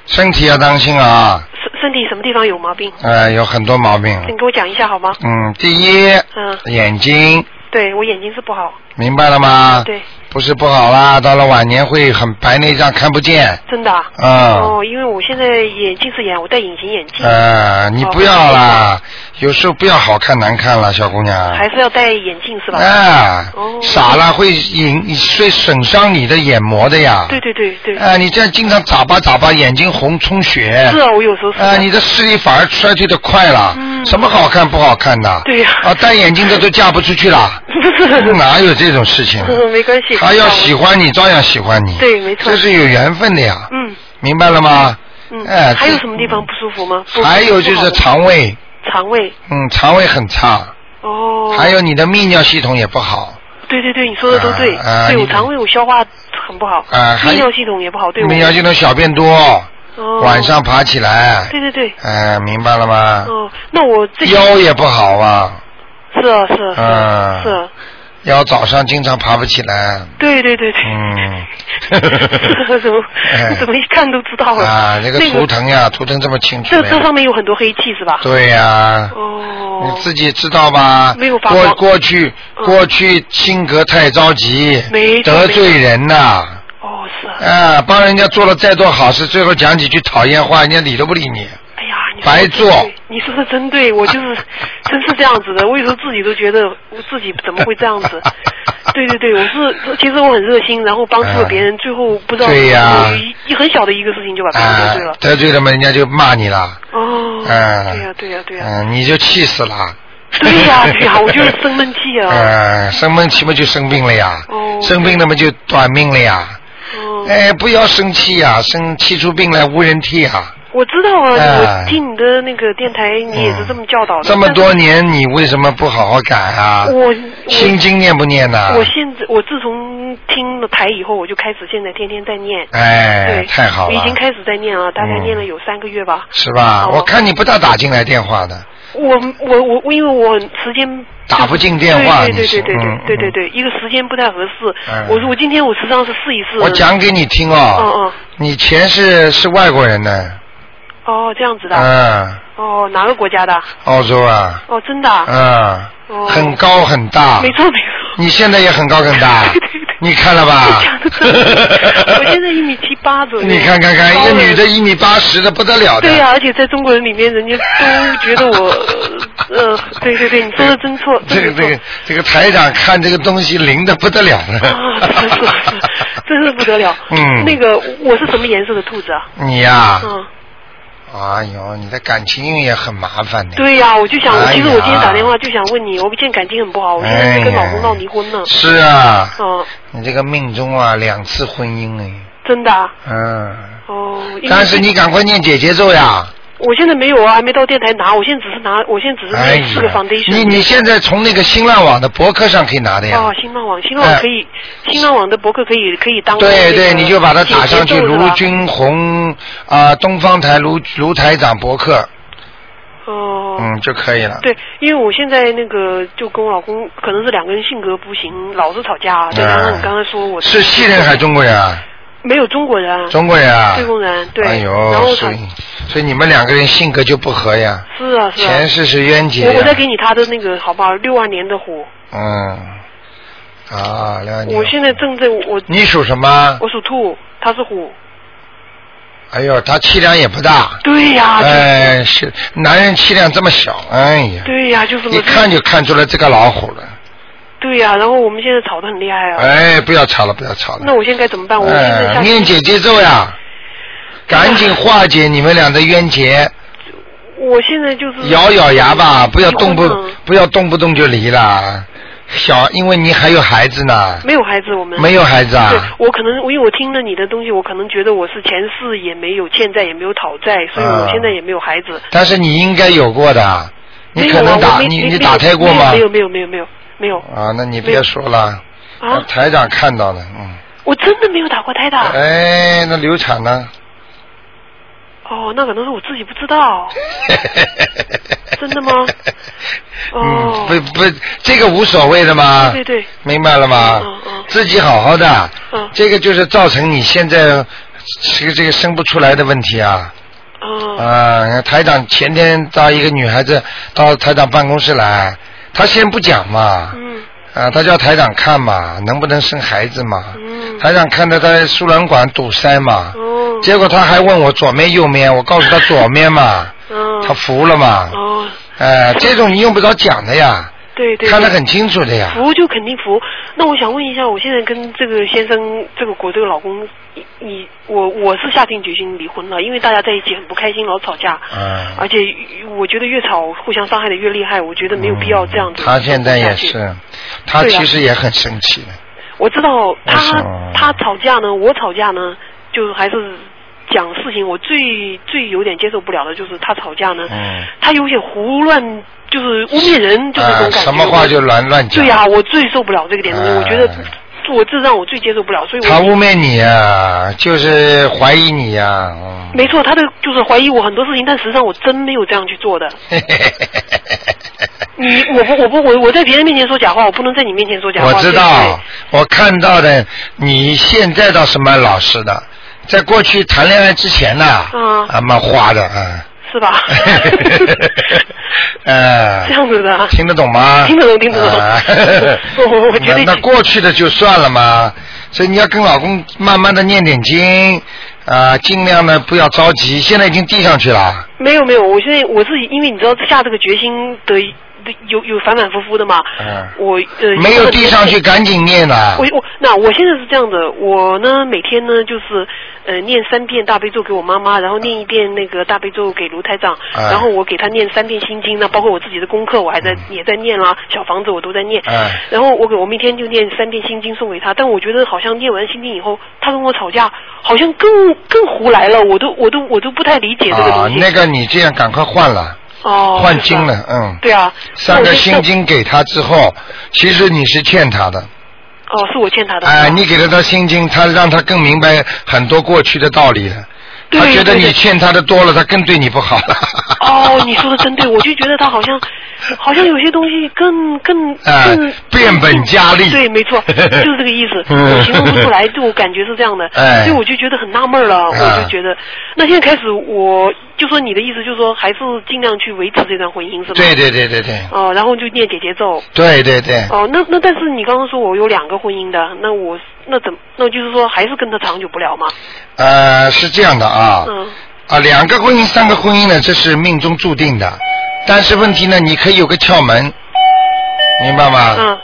A: 身体要当心啊，
H: 身身体什么地方有毛病？
A: 呃，有很多毛病。
H: 你给我讲一下好吗？
A: 嗯，第一，
H: 嗯，
A: 眼睛，
H: 对我眼睛是不好。
A: 明白了吗？
H: 对，
A: 不是不好啦，到了晚年会很白内障，看不见。
H: 真的啊。
A: 啊、
H: 哦，因为我现在也近视眼，我戴隐形眼镜，
A: 呃，你不要啦，有时候不要好看难看了，小姑娘。
H: 还是要戴眼镜是吧？
A: 啊
H: 哦，
A: 傻了会引会损伤你的眼膜的哎呀。
H: 对对对对。
A: 啊，你这样经常眨巴眨巴，眼睛红充血。
H: 是啊，我有时候是。
A: 啊，你的视力反而衰退的快了。
H: 嗯
A: 什么好看不好看的？
H: 对呀，
A: 啊，戴眼镜的都嫁不出去了 哪有这种事情啊？
H: 没关系。
A: 他要喜欢你，照样喜欢你。
H: 对没错
A: 这是有缘分的呀，
H: 嗯
A: 明白了吗？
H: 嗯。
A: 哎
H: 还有
A: 这
H: 什么地方不舒服吗？不
A: 还有就
H: 不好
A: 是
H: 的
A: 肠胃，
H: 肠胃。
A: 嗯，肠胃很差，
H: 哦。
A: 还有你的泌尿系统也不好。
H: 对对对，你说的都对。
A: 啊啊
H: 对
A: 你
H: 我肠胃我消化很不好，
A: 啊还
H: 泌尿系统也不好，对我。
A: 泌尿系统小便多，
H: 哦
A: 晚。上爬起来。
H: 对对对。
A: 哎，明白了吗？
H: 哦，那我这己
A: 腰也不好啊，
H: 是啊是啊是
A: 啊
H: 啊是啊，
A: 腰早上经常爬不起 来。
H: 对对对对。。
A: 嗯
H: 怎么
A: 哎
H: 怎么一看都知道了
A: 啊，那个
H: 那
A: 图
H: 个
A: 腾呀，图腾这么清楚
H: 这
A: 的呀。
H: 这上面有很多黑气是 吧？
A: 对呀、
H: 哦。
A: 你自己知道吧？
H: 没有发
A: 过
H: 光
A: 过去
H: 嗯
A: 过去性格太着急，
H: 没错
A: 得罪人呐、
H: 哦是啊
A: 啊。。帮人家做了再多好事，最后讲几句讨厌话，人家理都不理你。
H: 哎呀，你说
A: 白
H: 的真
A: 做
H: 对你说的真对，我就是 真是这样子的。我有时候自己都觉得我自己怎么会这样 子？对对对，我是其实我很热心，然后帮助了别人，最后不知道
A: 啊对呀
H: 一一很小的一个事情就把别人
A: 啊
H: 得罪了，。
A: 得罪了嘛，人家就骂你了。
H: 哦，
A: 嗯
H: 对呀对呀对啊呀，
A: 嗯，你就气死了。
H: 对呀对呀，我就是生闷气 啊。
A: 呃，生闷气嘛就生病了呀，
H: 哦
A: 生病了嘛就短命了呀。
H: 哦，
A: 哎，不要生气呀，生气出病来无人替啊！
H: 我知道啊，
A: 哎嗯
H: 我听你的那个电台，你也是这么教导的。
A: 这么
H: 但是
A: 多年你为什么不好好改啊？
H: 我我
A: 心经念不啊念呐？
H: 我现在我自从听了台以后，我就开始现在天天在念。
A: 哎
H: 对，，
A: 太好
H: 我
A: 了
H: 已，经开始在念了，大概
A: 嗯
H: 念了有三个月吧。
A: 是吧？
H: 哦
A: 我看你不大打进来电话的，
H: 我我我我，因为我时间
A: 打不进电话
H: 对
A: 你
H: 对
A: 是
H: 对对
A: 嗯嗯
H: 对对对对对，一个时间不太合适
A: 嗯。
H: 我我今天我实际上是试一试。
A: 我讲给你听哦。
H: 嗯嗯
A: 你前世是外国人呢，
H: 哦，这样子的。
A: 嗯，
H: 哦，哪个国家的？
A: 澳洲啊，
H: 哦，真的啊。
A: 嗯，
H: 哦
A: 很高很大
H: 没，错没错。
A: 你现在也很高很大
H: 对对对，
A: 你看了吧
H: 讲的 真对，我现在一米七八左右。
A: 你看看看，一
H: 高
A: 个
H: 了
A: 女的一米八十的不得了的。
H: 对呀、啊而且在中国人里面，人家都觉得我， 呃，对对对，你说的真错，
A: 这个
H: 真不
A: 这
H: 错
A: 个这个台长看这个东西灵的不得了了。
H: 啊，真是 真是不得了。
A: 嗯，
H: 那个我是什么颜色的兔子啊？
A: 你呀、
H: 嗯，啊
A: 哎呦，你的感情运也很麻烦的。
H: 对呀、我就想，
A: 哎呀
H: 其实我今天打电话就想问你，我现在感情很不好，我现在在跟老公闹离婚呢
A: 哎呀。是啊，
H: 嗯，
A: 你这个命中啊，两次婚姻哎，
H: 真的、啊。
A: 嗯。
H: 哦，因为
A: 但是你赶快念姐姐咒呀！
H: 我现在没有啊，还没到电台拿，我现在只是拿，我现在只是拿
A: 哎呀
H: 四个 foundation。
A: 你你现在从那个新浪网的博客上可以拿的呀。哎
H: 哦，新浪网，新浪网可以，新浪网的博客可以可以当
A: 对
H: 那
A: 对，
H: 个
A: 你就把它打上去，
H: 解决咒是吧
A: 卢军红啊、东方台卢卢台长博客，
H: 哦，
A: 嗯就可以了。
H: 对，因为我现在那个就跟我老公可能是两个人性格不行，老是吵架啊。对，
A: 嗯
H: 然后我刚才说我
A: 是西人还是中国人啊？
H: 没有中国人啊，
A: 中国人啊。
H: 对工人对
A: 哎
H: 然后
A: 呦，
H: 他
A: 所以所以你们两个人性格就不合呀，
H: 是啊是啊
A: 前。世是冤结呀。
H: 我我再给你他的那个好不好？六二年的虎，
A: 嗯，啊，了解。
H: 我现在正在我
A: 啊你属什么？
H: 我属兔，他是虎，
A: 哎呦，他气量也不大。
H: 对呀、就是
A: 哎，是男人气量这么小，哎呀，
H: 对呀、就是我
A: 一看就看出来这个老虎了。
H: 对呀、然后我们现在吵得很厉害啊。
A: 哎，不要吵了，不要吵了。
H: 那我现在该怎么办？我现在
A: 哎，
H: 下
A: 念姐姐咒呀，赶紧化解你们俩的冤结，
H: 我现在就是嗯
A: 咬咬牙吧，不要动不
H: 离婚了
A: 不要动不动就离了。小，因为你还有孩子呢。
H: 没有孩子，我们
A: 没有孩子啊
H: 对，我可能因为我听了你的东西，我可能觉得我是前世也没有，欠债也没有讨债，所以
A: 啊
H: 我现在也没有孩子。
A: 但是你应该有过的，你
H: 没有
A: 可
H: 啊
A: 能
H: 我
A: 打
H: 没
A: 你
H: 没
A: 你
H: 没
A: 打
H: 有
A: 胎过吗
H: 没？有没有没有没有没有
A: 啊，那你
H: 没
A: 别
H: 有
A: 说了，
H: 啊！
A: 台长看到了，嗯，
H: 我真的没有打过胎的。
A: 哎，那流产呢？
H: 哦，那可能是我自己不知 道。真的吗？
A: 嗯
H: 哦，
A: 不不，这个无所谓的嘛。
H: 对对对
A: 明白了吗？
H: 嗯嗯
A: 自己好好的。
H: 嗯
A: 这个就是造成你现在这个这个生不出来的问题啊。
H: 哦
A: 啊，台长前天到一个女孩子到台长办公室来，她先不讲嘛，
H: 嗯
A: 啊，她叫台长看嘛，能不能生孩子嘛？
H: 嗯
A: 台长看到她输卵管堵塞嘛，
H: 哦
A: 结果她还问我左面右面，我告诉她左面嘛，
H: 嗯
A: 她服了嘛。
H: 哦，
A: 哎，这种你用不着讲的呀，
H: 对对，
A: 看得
H: 对
A: 很清楚的呀。
H: 服就肯定服。那我想问一下，我现在跟这个先生、这个我这个老公，你你我我是下定决心离婚了，因为大家在一起很不开心，老吵架，
A: 嗯
H: 而且我觉得越吵互相伤害的越厉害，我觉得没有必要这样子、
A: 他现在也，是，他
H: 对啊啊
A: 其实也很生气的。
H: 我知道
A: 为
H: 他
A: 什么
H: 他吵架呢，我吵架呢，就还是。讲事情，我最最有点接受不了的就是他吵架呢，
A: 嗯
H: 他有点胡乱，就是污蔑人，就是这种
A: 啊，
H: 感觉。
A: 什么话就乱乱讲。
H: 对呀、我最受不了这个点，
A: 哎
H: 我觉得我这让我最接受不了，所以
A: 他
H: 我
A: 污蔑你啊，就是怀疑你呀、嗯。
H: 没错，他的就是怀疑我很多事情，但实际上我真没有这样去 做的。你我不我不我我在别人面前说假话，我不能在你面前说假话。
A: 我知
H: 对
A: 道，我看到的，你现在倒是蛮老实的，在过去谈恋爱之前呢、
H: 嗯
A: 啊，蛮花的啊。？
H: 不对是吧
A: 呃，
H: 这样子的啊，
A: 听得懂吗？
H: 听得懂听得懂
A: 啊
H: 我我觉得
A: 那那过去的就算了嘛，所以你要跟老公慢慢的念点经，啊、尽量的不要着急。现在已经递上去了，
H: 没有没有，我现在我自己，因为你知道下这个决心的的有有反反复复的嘛，
A: 嗯
H: 我呃
A: 没有递上去，赶紧念啊呐。
H: 我我那我现在是这样的，我呢每天呢就是呃念三遍大悲咒给我妈妈，然后念一遍那个大悲咒给卢台长，
A: 哎嗯
H: 然后我给他念三遍心经，那包括我自己的功课我还在、也在念啦，小房子我都在念，
A: 哎
H: 然后我给我每天就念三遍心经送给他，但我觉得好像念完心经以后，他跟我吵架，好像更更胡来了，我都我都我都不太理解这个
A: 啊
H: 东，西。
A: 那个你这样赶快换了，
H: 哦，
A: 换
H: 是
A: 经
H: 吧
A: 了，嗯。
H: 对啊，那
A: 三
H: 我
A: 个
H: 就
A: 心经给他之后，其实你是欠他的。
H: 哦，是我欠他的。
A: 哎，你给了他心经，他让他更明白很多过去的道理了。
H: 对
A: 他觉得
H: 对
A: 你
H: 对
A: 欠他的多了，他更对你不好了。
H: 哦，你说的真对，我就觉得他好像，好像有些东西更更
A: 哎
H: 更
A: 变本加 厉。
H: 对，没错，就是这个意思
A: 嗯
H: 我形容不出来，就我感觉是这样的，
A: 哎
H: 所以我就觉得很纳闷了。我
A: 啊
H: 就觉得，那现在开始我，就说你的意思就是说，还是尽量去维持这段婚姻是吧？
A: 对。哎对对对对，
H: 哦，然后就念姐姐咒。
A: 对对对，
H: 哦，那那但是你刚刚说我有两个婚姻的，那我那怎么那就是说还是跟他长久不了吗？
A: 呃，是这样的啊，
H: 嗯，
A: 啊，两个婚姻、三个婚姻呢，这是命中注定的。但是问题呢，你可以有个窍门，明白吗？
H: 嗯，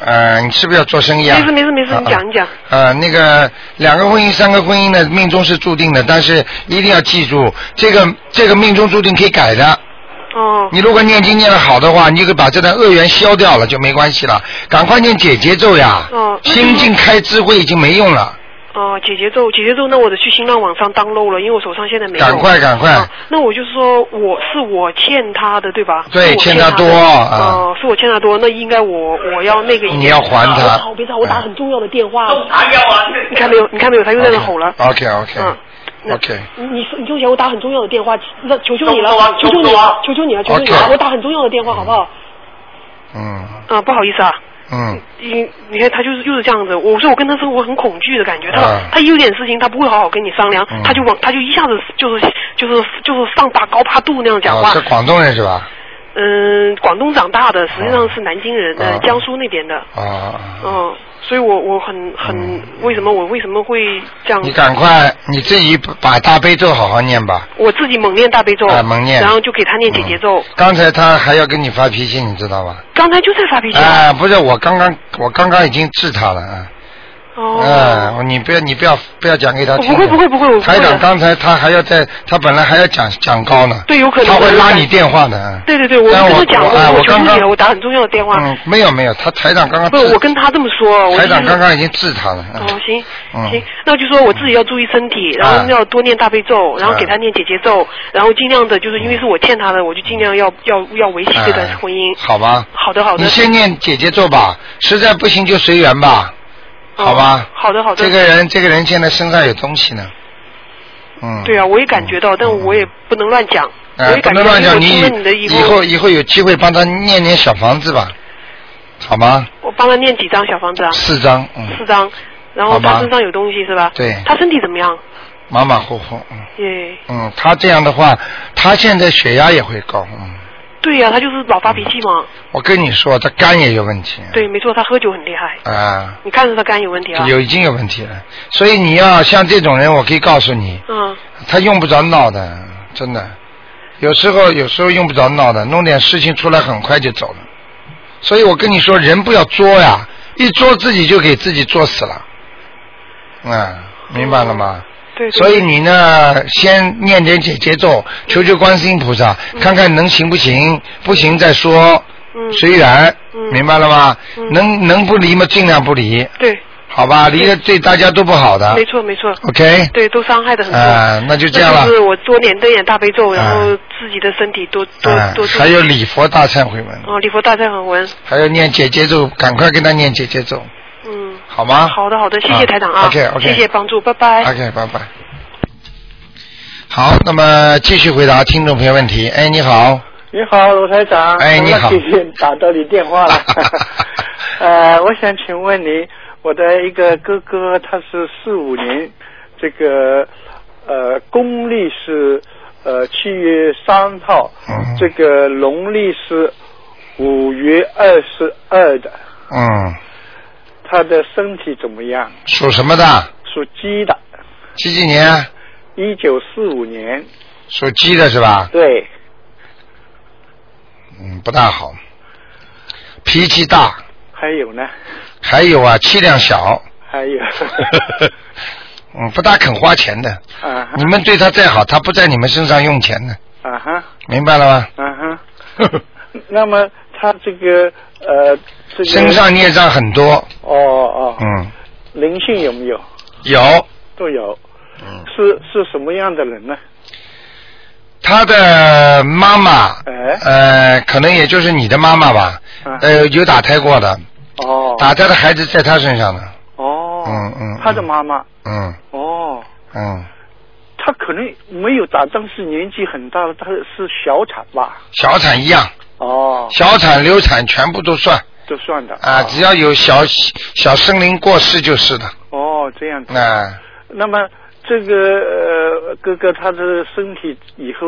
A: 呃，你是不是要做生意啊？
H: 没事没事没事，
A: 啊
H: 你讲你讲。。
A: 呃，那个两个婚姻、三个婚姻呢，命中是注定的，但是一定要记住，这个这个命中注定可以改的。
H: 哦
A: 你如果念经念得好的话，你就可以把这段恶缘消掉了，就没关系了。赶快念解结咒呀！
H: 哦
A: 心境开智慧已经没用了。
H: 哦，姐姐咒，姐姐咒，那我得去新浪网上当漏了，因为我手上现在没有。
A: 赶快赶快
H: 啊那我就是说，我是我欠他的，对吧？
A: 对
H: 是我
A: 欠
H: 欠
A: 他
H: 的
A: 多啊
H: 哦、是我欠他多，那应该我我要那个。
A: 你要还他啊
H: 别吵，别吵，我打很重要的电话。 你看没有？你看没有？他又在那吼了。
A: OK OK
H: 嗯。那
A: OK
H: 你你你就想我打很重要的电话，那求求你了，求求你了，求求你了，求求你
A: OK
H: 了，我打很重要的电话，好不好？
A: 嗯
H: 啊，不好意思啊。
A: 嗯
H: 你你看他就是就是这样子，我说我跟他生活很恐惧的感觉，他、
A: 啊
H: 他一有点事情他不会好好跟你商量，
A: 嗯
H: 他就往他就一下子就是就是就是放大高八度那样讲
A: 哦
H: 话，
A: 是广东人是吧？
H: 嗯、广东长大的，实际上是南京人，
A: 啊
H: 呃，江苏那边的，
A: 啊，嗯
H: 嗯，所以我我很很、为什么我为什么会这样？
A: 你赶快你自己把大悲咒好好念吧。
H: 我自己猛念大悲咒，
A: 啊猛嗯念
H: 然后就给他念姐姐咒。
A: 刚才他还要跟你发脾气，你知道吧？
H: 刚才就在发脾气，
A: 啊，不是，我刚刚我刚刚已经治他了啊。
H: 哦。
A: 啊，你不要你不要不要讲给他听的。
H: 不会不会不会我不会的
A: 台长刚才他还要在，他本来还要讲讲高呢。
H: 对有可能
A: 他会拉你
H: 我
A: 电话的。啊
H: 对对对，我
A: 但
H: 跟
A: 我
H: 他讲
A: 我
H: 过，
A: 哎我
H: 求
A: 刚
H: 求
A: 刚
H: 你了，我打很重要的电话。
A: 嗯，没有没有，他台长刚刚
H: 不，
A: 治
H: 我跟他这么说，我
A: 台长
H: 就是
A: 刚刚已经治他了。嗯
H: 哦，行
A: 嗯
H: 行，那我就说我自己要注意身体，然后要多念大悲咒，
A: 嗯
H: 然后给他念姐姐咒，然后尽量的，就是因为是我欠他的，我就尽量要要要维系这段婚姻。
A: 哎好吧。
H: 好的好的
A: 嗯你先念姐姐咒吧，实在不行就随缘吧，
H: 嗯
A: 好吧？
H: 好的好的。
A: 这个人，这个人现在身上有东西呢。嗯。
H: 对啊，我也感觉到，但我也不能乱讲，
A: 哎
H: 我也
A: 不
H: 感觉
A: 能
H: 到
A: 乱讲，
H: 因为我听了
A: 以
H: 你的以
A: 以后以后有机会帮他念念小房子吧，好吗？
H: 我帮他念几张小房子啊？
A: 四张，嗯，
H: 四张，然后
A: 好吧
H: 他身上有东西是吧？
A: 对
H: 他身体怎么样？
A: 马马虎虎，嗯
H: 耶，
A: 嗯，他这样的话，他现在血压也会高，嗯，
H: 对呀、他就是老发脾气嘛。
A: 我跟你说，他肝也有问题
H: 对，没错，他喝酒很厉害。
A: 啊，
H: 你看着他肝有问题啊？
A: 有已经有问题了，所以你要像这种人，我可以告诉你，
H: 嗯，
A: 他用不着闹的，真的，有时候有时候用不着闹的，弄点事情出来很快就走了，所以我跟你说，人不要作呀，一作自己就给自己作死了，嗯，明白了吗？
H: 对。对
A: 所以你呢，先念点解结咒，求求观世音菩萨，看看能行不行，不行再说，
H: 嗯，
A: 随缘，明白了吗？
H: 嗯
A: 能能不离嘛，尽量不离，
H: 对，
A: 好吧？啊离了对大家都不好的
H: 没错没错。
A: ，OK？
H: 对，都伤害的很多。
A: 啊那就这样了
H: 那就是我多念多念大悲咒，然后
A: 啊
H: 自己的身体多多
A: 啊
H: 多。注意
A: 还有礼佛大忏悔文，
H: 哦，礼佛大忏悔文，
A: 还有念解结咒，赶快跟他念解结咒，
H: 嗯，
A: 好吗？
H: 好的好的，谢谢台长啊
A: OK OK，
H: 谢谢帮助，拜拜。
A: OK，拜拜。好，那么继续回答听众朋友问题。哎，你好，
I: 你好，罗台长。
A: 哎你好
I: 我给你打到你电话 了。呃，我想请问你，我的一个哥哥，他是四五年，这个呃，公历是呃七月三号，
A: 嗯
I: 这个农历是五月二十二的。
A: 嗯，
I: 他的身体怎么样？
A: 属什么的？
I: 属鸡的，
A: 几几年？
I: 一九四五年。
A: 属鸡的是吧？
I: 对，
A: 嗯，不大好，脾气大，
I: 还有呢？
A: 还有啊，气量小，
I: 还有
A: 嗯，不大肯花钱的。
I: 啊哈
A: 你们对他再好，他不在你们身上用钱的，
I: 啊哈
A: 明白了吗？
I: 啊 哈。那么他这个呃，这个
A: 身上孽障很多，
I: 哦哦，
A: 嗯，
I: 灵性有没有？
A: 有，
I: 都有。
A: 嗯，
I: 是是什么样的人呢？
A: 他的妈妈，
I: 哎
A: 呃，可能也就是你的妈妈吧，
I: 啊
A: 呃，有打胎过的，
I: 哦
A: 打胎的孩子在他身上呢，
I: 哦，
A: 嗯嗯
I: 他的妈妈
A: 嗯
I: 哦，
A: 嗯，
I: 他可能没有打，但是年纪很大了，他是小产吧？
A: 小产一样，
I: 哦，
A: 小产、流产全部都算
I: 都算的
A: 啊，只要有小小生灵过世就是的，啊
I: 哦这样子。
A: 那、
I: 那么这个呃哥哥他的身体以后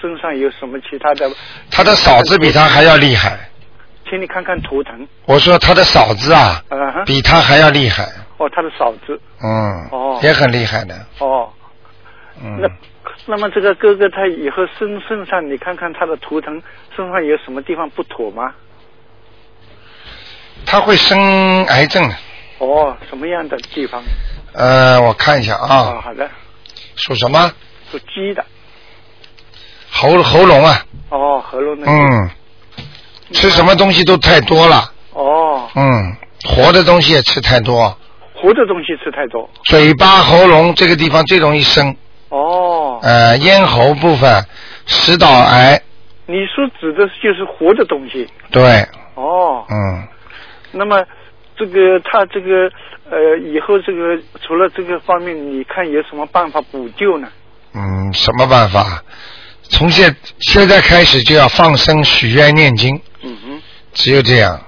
I: 身上有什么其他的？
A: 他的嫂子比他还要厉害。
I: 请你看看图腾。
A: 我说他的嫂子啊，
I: 嗯哼。
A: 比他还要厉害，
I: 哦，他的嫂子。
A: 嗯，
I: 哦
A: 也很厉害的，
I: 哦。
A: 嗯
I: 那，那么这个哥哥他以后身身上，你看看他的图腾身上有什么地方不妥吗？
A: 他会生癌症的。
I: 哦，什么样的地方？
A: 呃，我看一下
I: 哦，
A: 啊，
I: 好的，
A: 属什么？
I: 属鸡的。
A: 喉喉咙啊，
I: 哦，喉咙那个。
A: 嗯，吃什么东西都太多了，
I: 哦，
A: 嗯，活的东西也吃太多，
I: 活的东西吃太多。
A: 嘴巴、喉咙这个地方最容易生，
I: 哦，
A: 呃，咽喉部分食道癌，
I: 你所指的就是活的东西。
A: 对，
I: 哦，
A: 嗯，
I: 那么这个他这个呃，以后这个除了这个方面，你看有什么办法补救呢？
A: 嗯，什么办法？从现现在开始就要放生、许愿、念经，
I: 嗯哼，
A: 只有这样。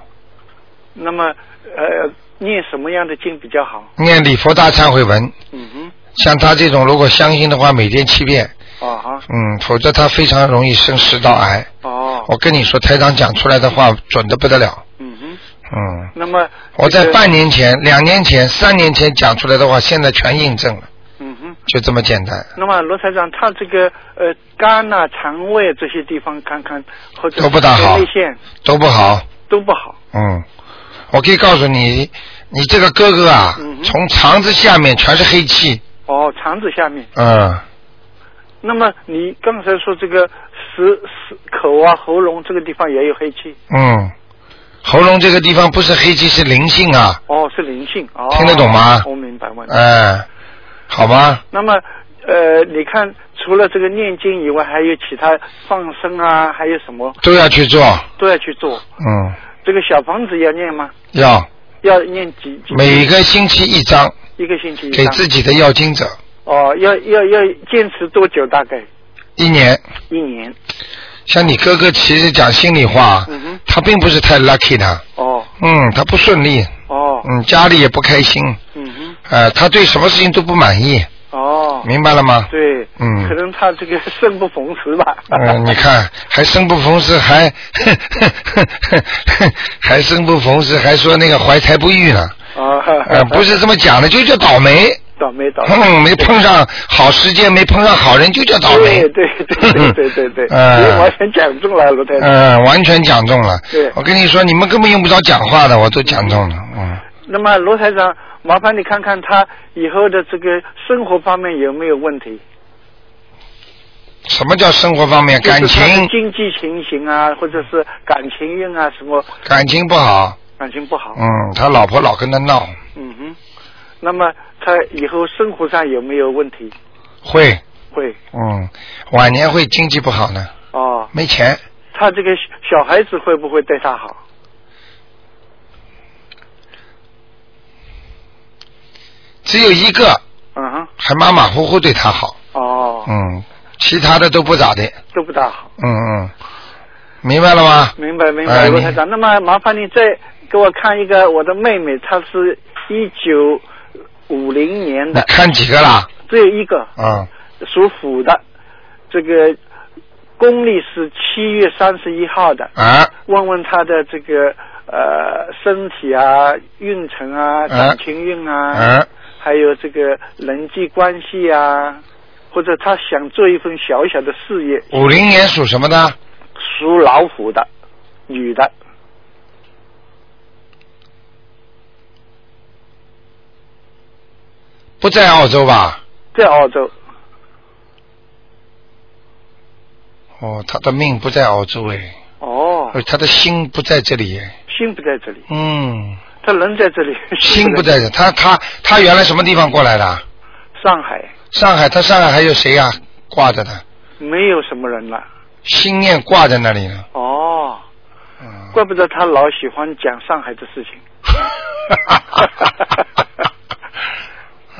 I: 那么呃，念什么样的经比较好？
A: 念礼佛大忏悔文，
I: 嗯哼，
A: 像他这种如果相信的话，每天七遍，
I: 哦哈，
A: 嗯，否则他非常容易生食道癌。
I: 哦，
A: 我跟你说，台长讲出来的话准的不得了。
I: 嗯哼。
A: 嗯，
I: 那么
A: 我在
I: 这个
A: 半年前、两年前、三年前讲出来的话，现在全印证了，
I: 嗯哼。
A: 就这么简单，
I: 那么罗台长，他这个呃肝呐、肠胃这些地方看看，或者
A: 都不大好
I: 内腺
A: 都不好。
I: 都不好。
A: 嗯，我可以告诉你，你这个哥哥啊，
I: 嗯
A: 从肠子下面全是黑气。
I: 哦，肠子下面。
A: 嗯，
I: 那么你刚才说这个食食口啊、喉咙这个地方也有黑气，
A: 嗯，喉咙这个地方不是黑气是灵性啊，
I: 哦，是灵性。哦，
A: 听得懂吗
I: 我明白，我明白。
A: 哎，好吗？
I: 那么，呃，你看，除了这个念经以外，还有其他放生啊，还有什么
A: 都要去做。
I: 都要去做。
A: 嗯，
I: 这个小房子要念吗？
A: 要
I: 要念几？几
A: 每个星期一张，
I: 一个星期一
A: 给
I: 张
A: 自己的要经者
I: 哦，要要要坚持多久？大概
A: 一年。
I: 一年。
A: 像你哥哥，其实讲心里话，
I: 嗯哼。
A: 他并不是太 lucky 的，
I: 哦
A: 嗯，他不顺利，
I: 哦
A: 嗯，家里也不开心，
I: 嗯哼
A: 呃，他对什么事情都不满意，
I: 哦。
A: 明白了吗
I: 对。
A: 嗯
I: 可能他这个生不逢时吧。
A: 嗯，你看，还生不逢时，还 还生不逢时，还说那个怀才不遇呢。
I: 啊。
A: 呃，不是这么讲的，就叫倒霉。
I: 倒霉倒霉。
A: 嗯，没碰上好时间，没碰上好人，就叫倒霉。
I: 对对对 对对对对，
A: 嗯
I: 因为完全讲中了，卢台长。
A: 嗯，完全讲中了。
I: 对
A: 我跟你说，你们根本用不着讲话的，我都讲中了。嗯，
I: 那么罗台长，麻烦你看看他以后的这个生活方面有没有问题？
A: 什么叫生活方面？感
I: 就是他的
A: 情
I: 经济情形啊，或者是感情运啊，什么
A: 感情不好。
I: 感情不好。
A: 嗯，他老婆老跟他闹，
I: 嗯哼，那么他以后生活上有没有问题？
A: 会
I: 会
A: 嗯，晚年会经济不好呢，
I: 哦，
A: 没钱。
I: 他这个小小孩子会不会对他好？
A: 只有一个
I: 嗯哼，
A: 还马马虎虎对他好，
I: 哦，
A: 嗯，其他的都不咋的，
I: 都不大好。
A: 嗯嗯，明白了吗？
I: 明白明
A: 哎
I: 白，罗
A: 你
I: 台长。那么麻烦你再给我看一个我的妹妹，她是一九五零年
A: 你
I: 的，
A: 看几个啦？
I: 只有一个
A: 啊、
I: 属虎的，这个公历是七月三十一号的。
A: 啊，
I: 问问她的这个呃身体啊、运程啊、感情运啊，
A: 啊
I: 还有这个人际关系啊，或者她想做一份小小的事业，
A: 五零年属什么的？
I: 属老虎的女的。
A: 不在澳洲吧？
I: 在澳洲，
A: 哦，他的命不在澳洲哎，
I: 哦，
A: 他的心不在这里哎，
I: 心不在这里，
A: 嗯，
I: 他人在这里，
A: 心不 在这，他他他原来什么地方过来的？
I: 上海，
A: 上海，他上海还有谁呀、挂着的，
I: 没有什么人了。
A: 心念挂在那里呢。
I: 哦，怪不得他老喜欢讲上海的事 情。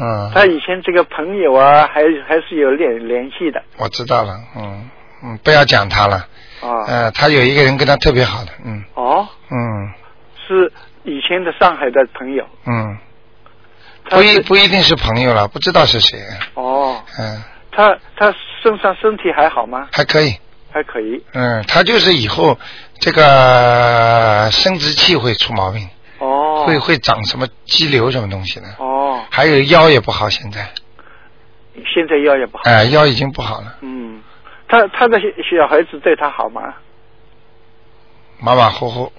A: 嗯，
I: 他以前这个朋友啊，还还是有联联系的
A: 我知道了，嗯嗯，不要讲他了。
I: 啊。
A: 呃，他有一个人跟他特别好的，嗯
I: 哦，
A: 嗯
I: 是以前的上海的朋友。
A: 嗯，
I: 他
A: 不一
I: 是
A: 不一定是朋友了，不知道是谁，
I: 哦，
A: 嗯，
I: 他他身上身体还好吗？
A: 还可以，
I: 还可以。
A: 嗯，他就是以后这个生殖器会出毛病，
I: 哦。
A: 会会长什么肌瘤什么东西的，
I: 哦，
A: 还有腰也不好，现在，
I: 现在腰也不好。
A: 哎、腰已经不好了，
I: 嗯，他他的小孩子对他好吗？
A: 马马虎虎，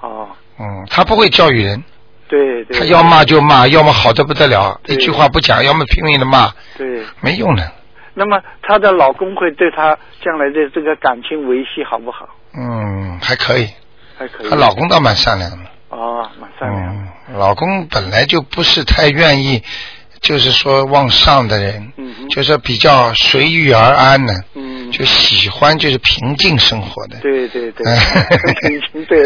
I: 哦，
A: 嗯，他不会教育人，
I: 对对。
A: 他要骂就骂，要么好的不得了，一
I: 对
A: 句话不讲，要么拼命的骂，
I: 对，
A: 没用的，
I: 那么她的老公会对她将来的这个感情维系好不好？
A: 嗯，还可以，
I: 还可以。
A: 她老公倒蛮善良的。
I: 哦，蛮善良。
A: 嗯，老公本来就不是太愿意，就是说往上的人，
I: 嗯哼
A: 就是比较随遇而安的，
I: 嗯，
A: 就喜欢就是平静生活的，
I: 对对 对
A: 嗯，
I: 感情对，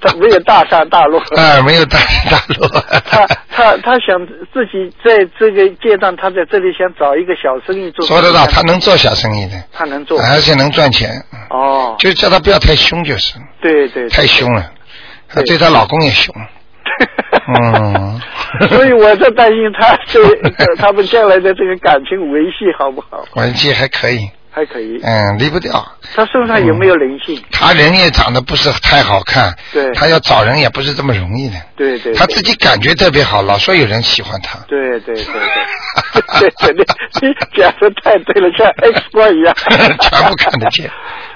I: 她没有大善大 落。
A: 啊，没有大起大落。
I: 她她她想自己在这个阶段，她在这里想找一个小生意做。
A: 说得到，他能做哎小生意的，
I: 她能做。
A: 而且能赚钱，
I: 哦，
A: 就叫他不要太凶就是，
I: 对对，
A: 太凶了，她
I: 对，
A: 对她老公也凶，嗯
I: 所以我在 担心她对他们将来的这个感情维系好不好？
A: 关系还可以，
I: 还可以。
A: 嗯，离不掉。
I: 他身上有没有灵性？
A: 他人也长得不是太好看，
I: 对
A: 他要找人也不是这么容易的。
I: 对对。
A: 他自己感觉特别好，老说有人喜欢 他。
I: 对对对 对，对对对，你讲的太对 了，像 X 光一样，
A: 全部看得见。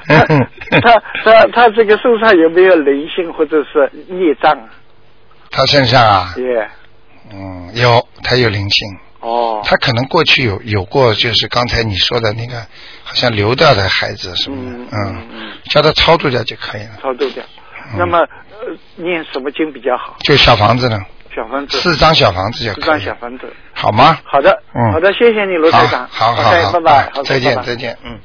I: 他他他这个身上有没有灵性或者是孽障啊？
A: 他身上啊，
I: 耶，
A: 嗯，有他有灵性。
I: 哦，
A: 他可能过去有有过，就是刚才你说的那个，好像流掉的孩子什么的，嗯，叫他超度掉就可以了。
I: 超度掉。
A: 嗯
I: 那么、呃念什么经比较好？
A: 就小房子呢，
I: 小房子。
A: 四张小房子就
I: 四
A: 可
I: 张
A: 以，
I: 小房子。
A: 好吗？
I: 好的，
A: 嗯
I: 好的，谢谢你，罗台长。
A: 好好好
I: OK，
A: 好
I: 拜拜
A: 嗯，
I: 好的
A: 再见
I: 拜拜
A: 再见嗯。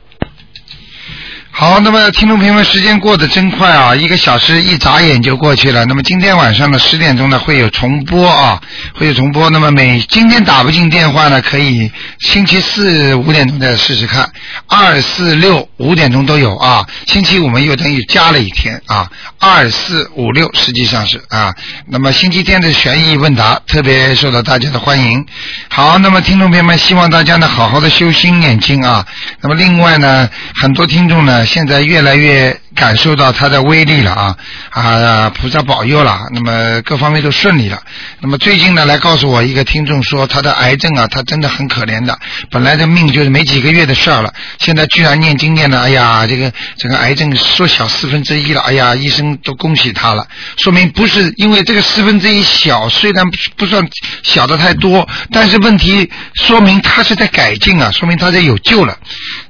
A: 好，那么听众朋友们，时间过得真快啊，一个小时一眨眼就过去了。那么今天晚上的十点钟呢，会有重播啊，会有重播。那么每今天打不进电话呢，可以星期四五点钟再试试看，二四六五点钟都有啊。星期五我们又等于加了一天啊，二四五六实际上是啊。那么星期天的悬疑问答特别受到大家的欢迎。好，那么听众朋友们，希望大家呢好好的修心念经啊。那么另外呢，呃很多听众呢现在越来越感受到它的威力了啊啊，菩萨保佑了，那么各方面都顺利了。那么最近呢，来告诉我一个听众说，他的癌症啊，他真的很可怜的，本来这命就是没几个月的事儿了，现在居然念经念的，哎呀，这个这个癌症缩小四分之一了，哎呀，医生都恭喜他了，说明不是因为这个四分之一小，虽然不不算小的太多，但是问题说明他是在改进啊，说明他在有救了，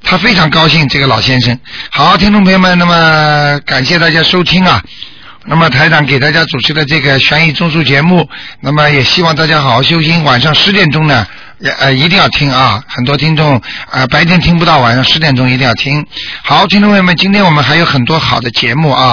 A: 他非常高兴，这个老先生。好，听众朋友们，那么感谢大家收听啊。那么台长给大家主持的这个悬疑综述节目，那么也希望大家好好修心。晚上十点钟呢，也呃一定要听啊，很多听众啊、呃白天听不到，晚上十点钟一定要听。好，听众朋友们，今天我们还有很多好的节目啊。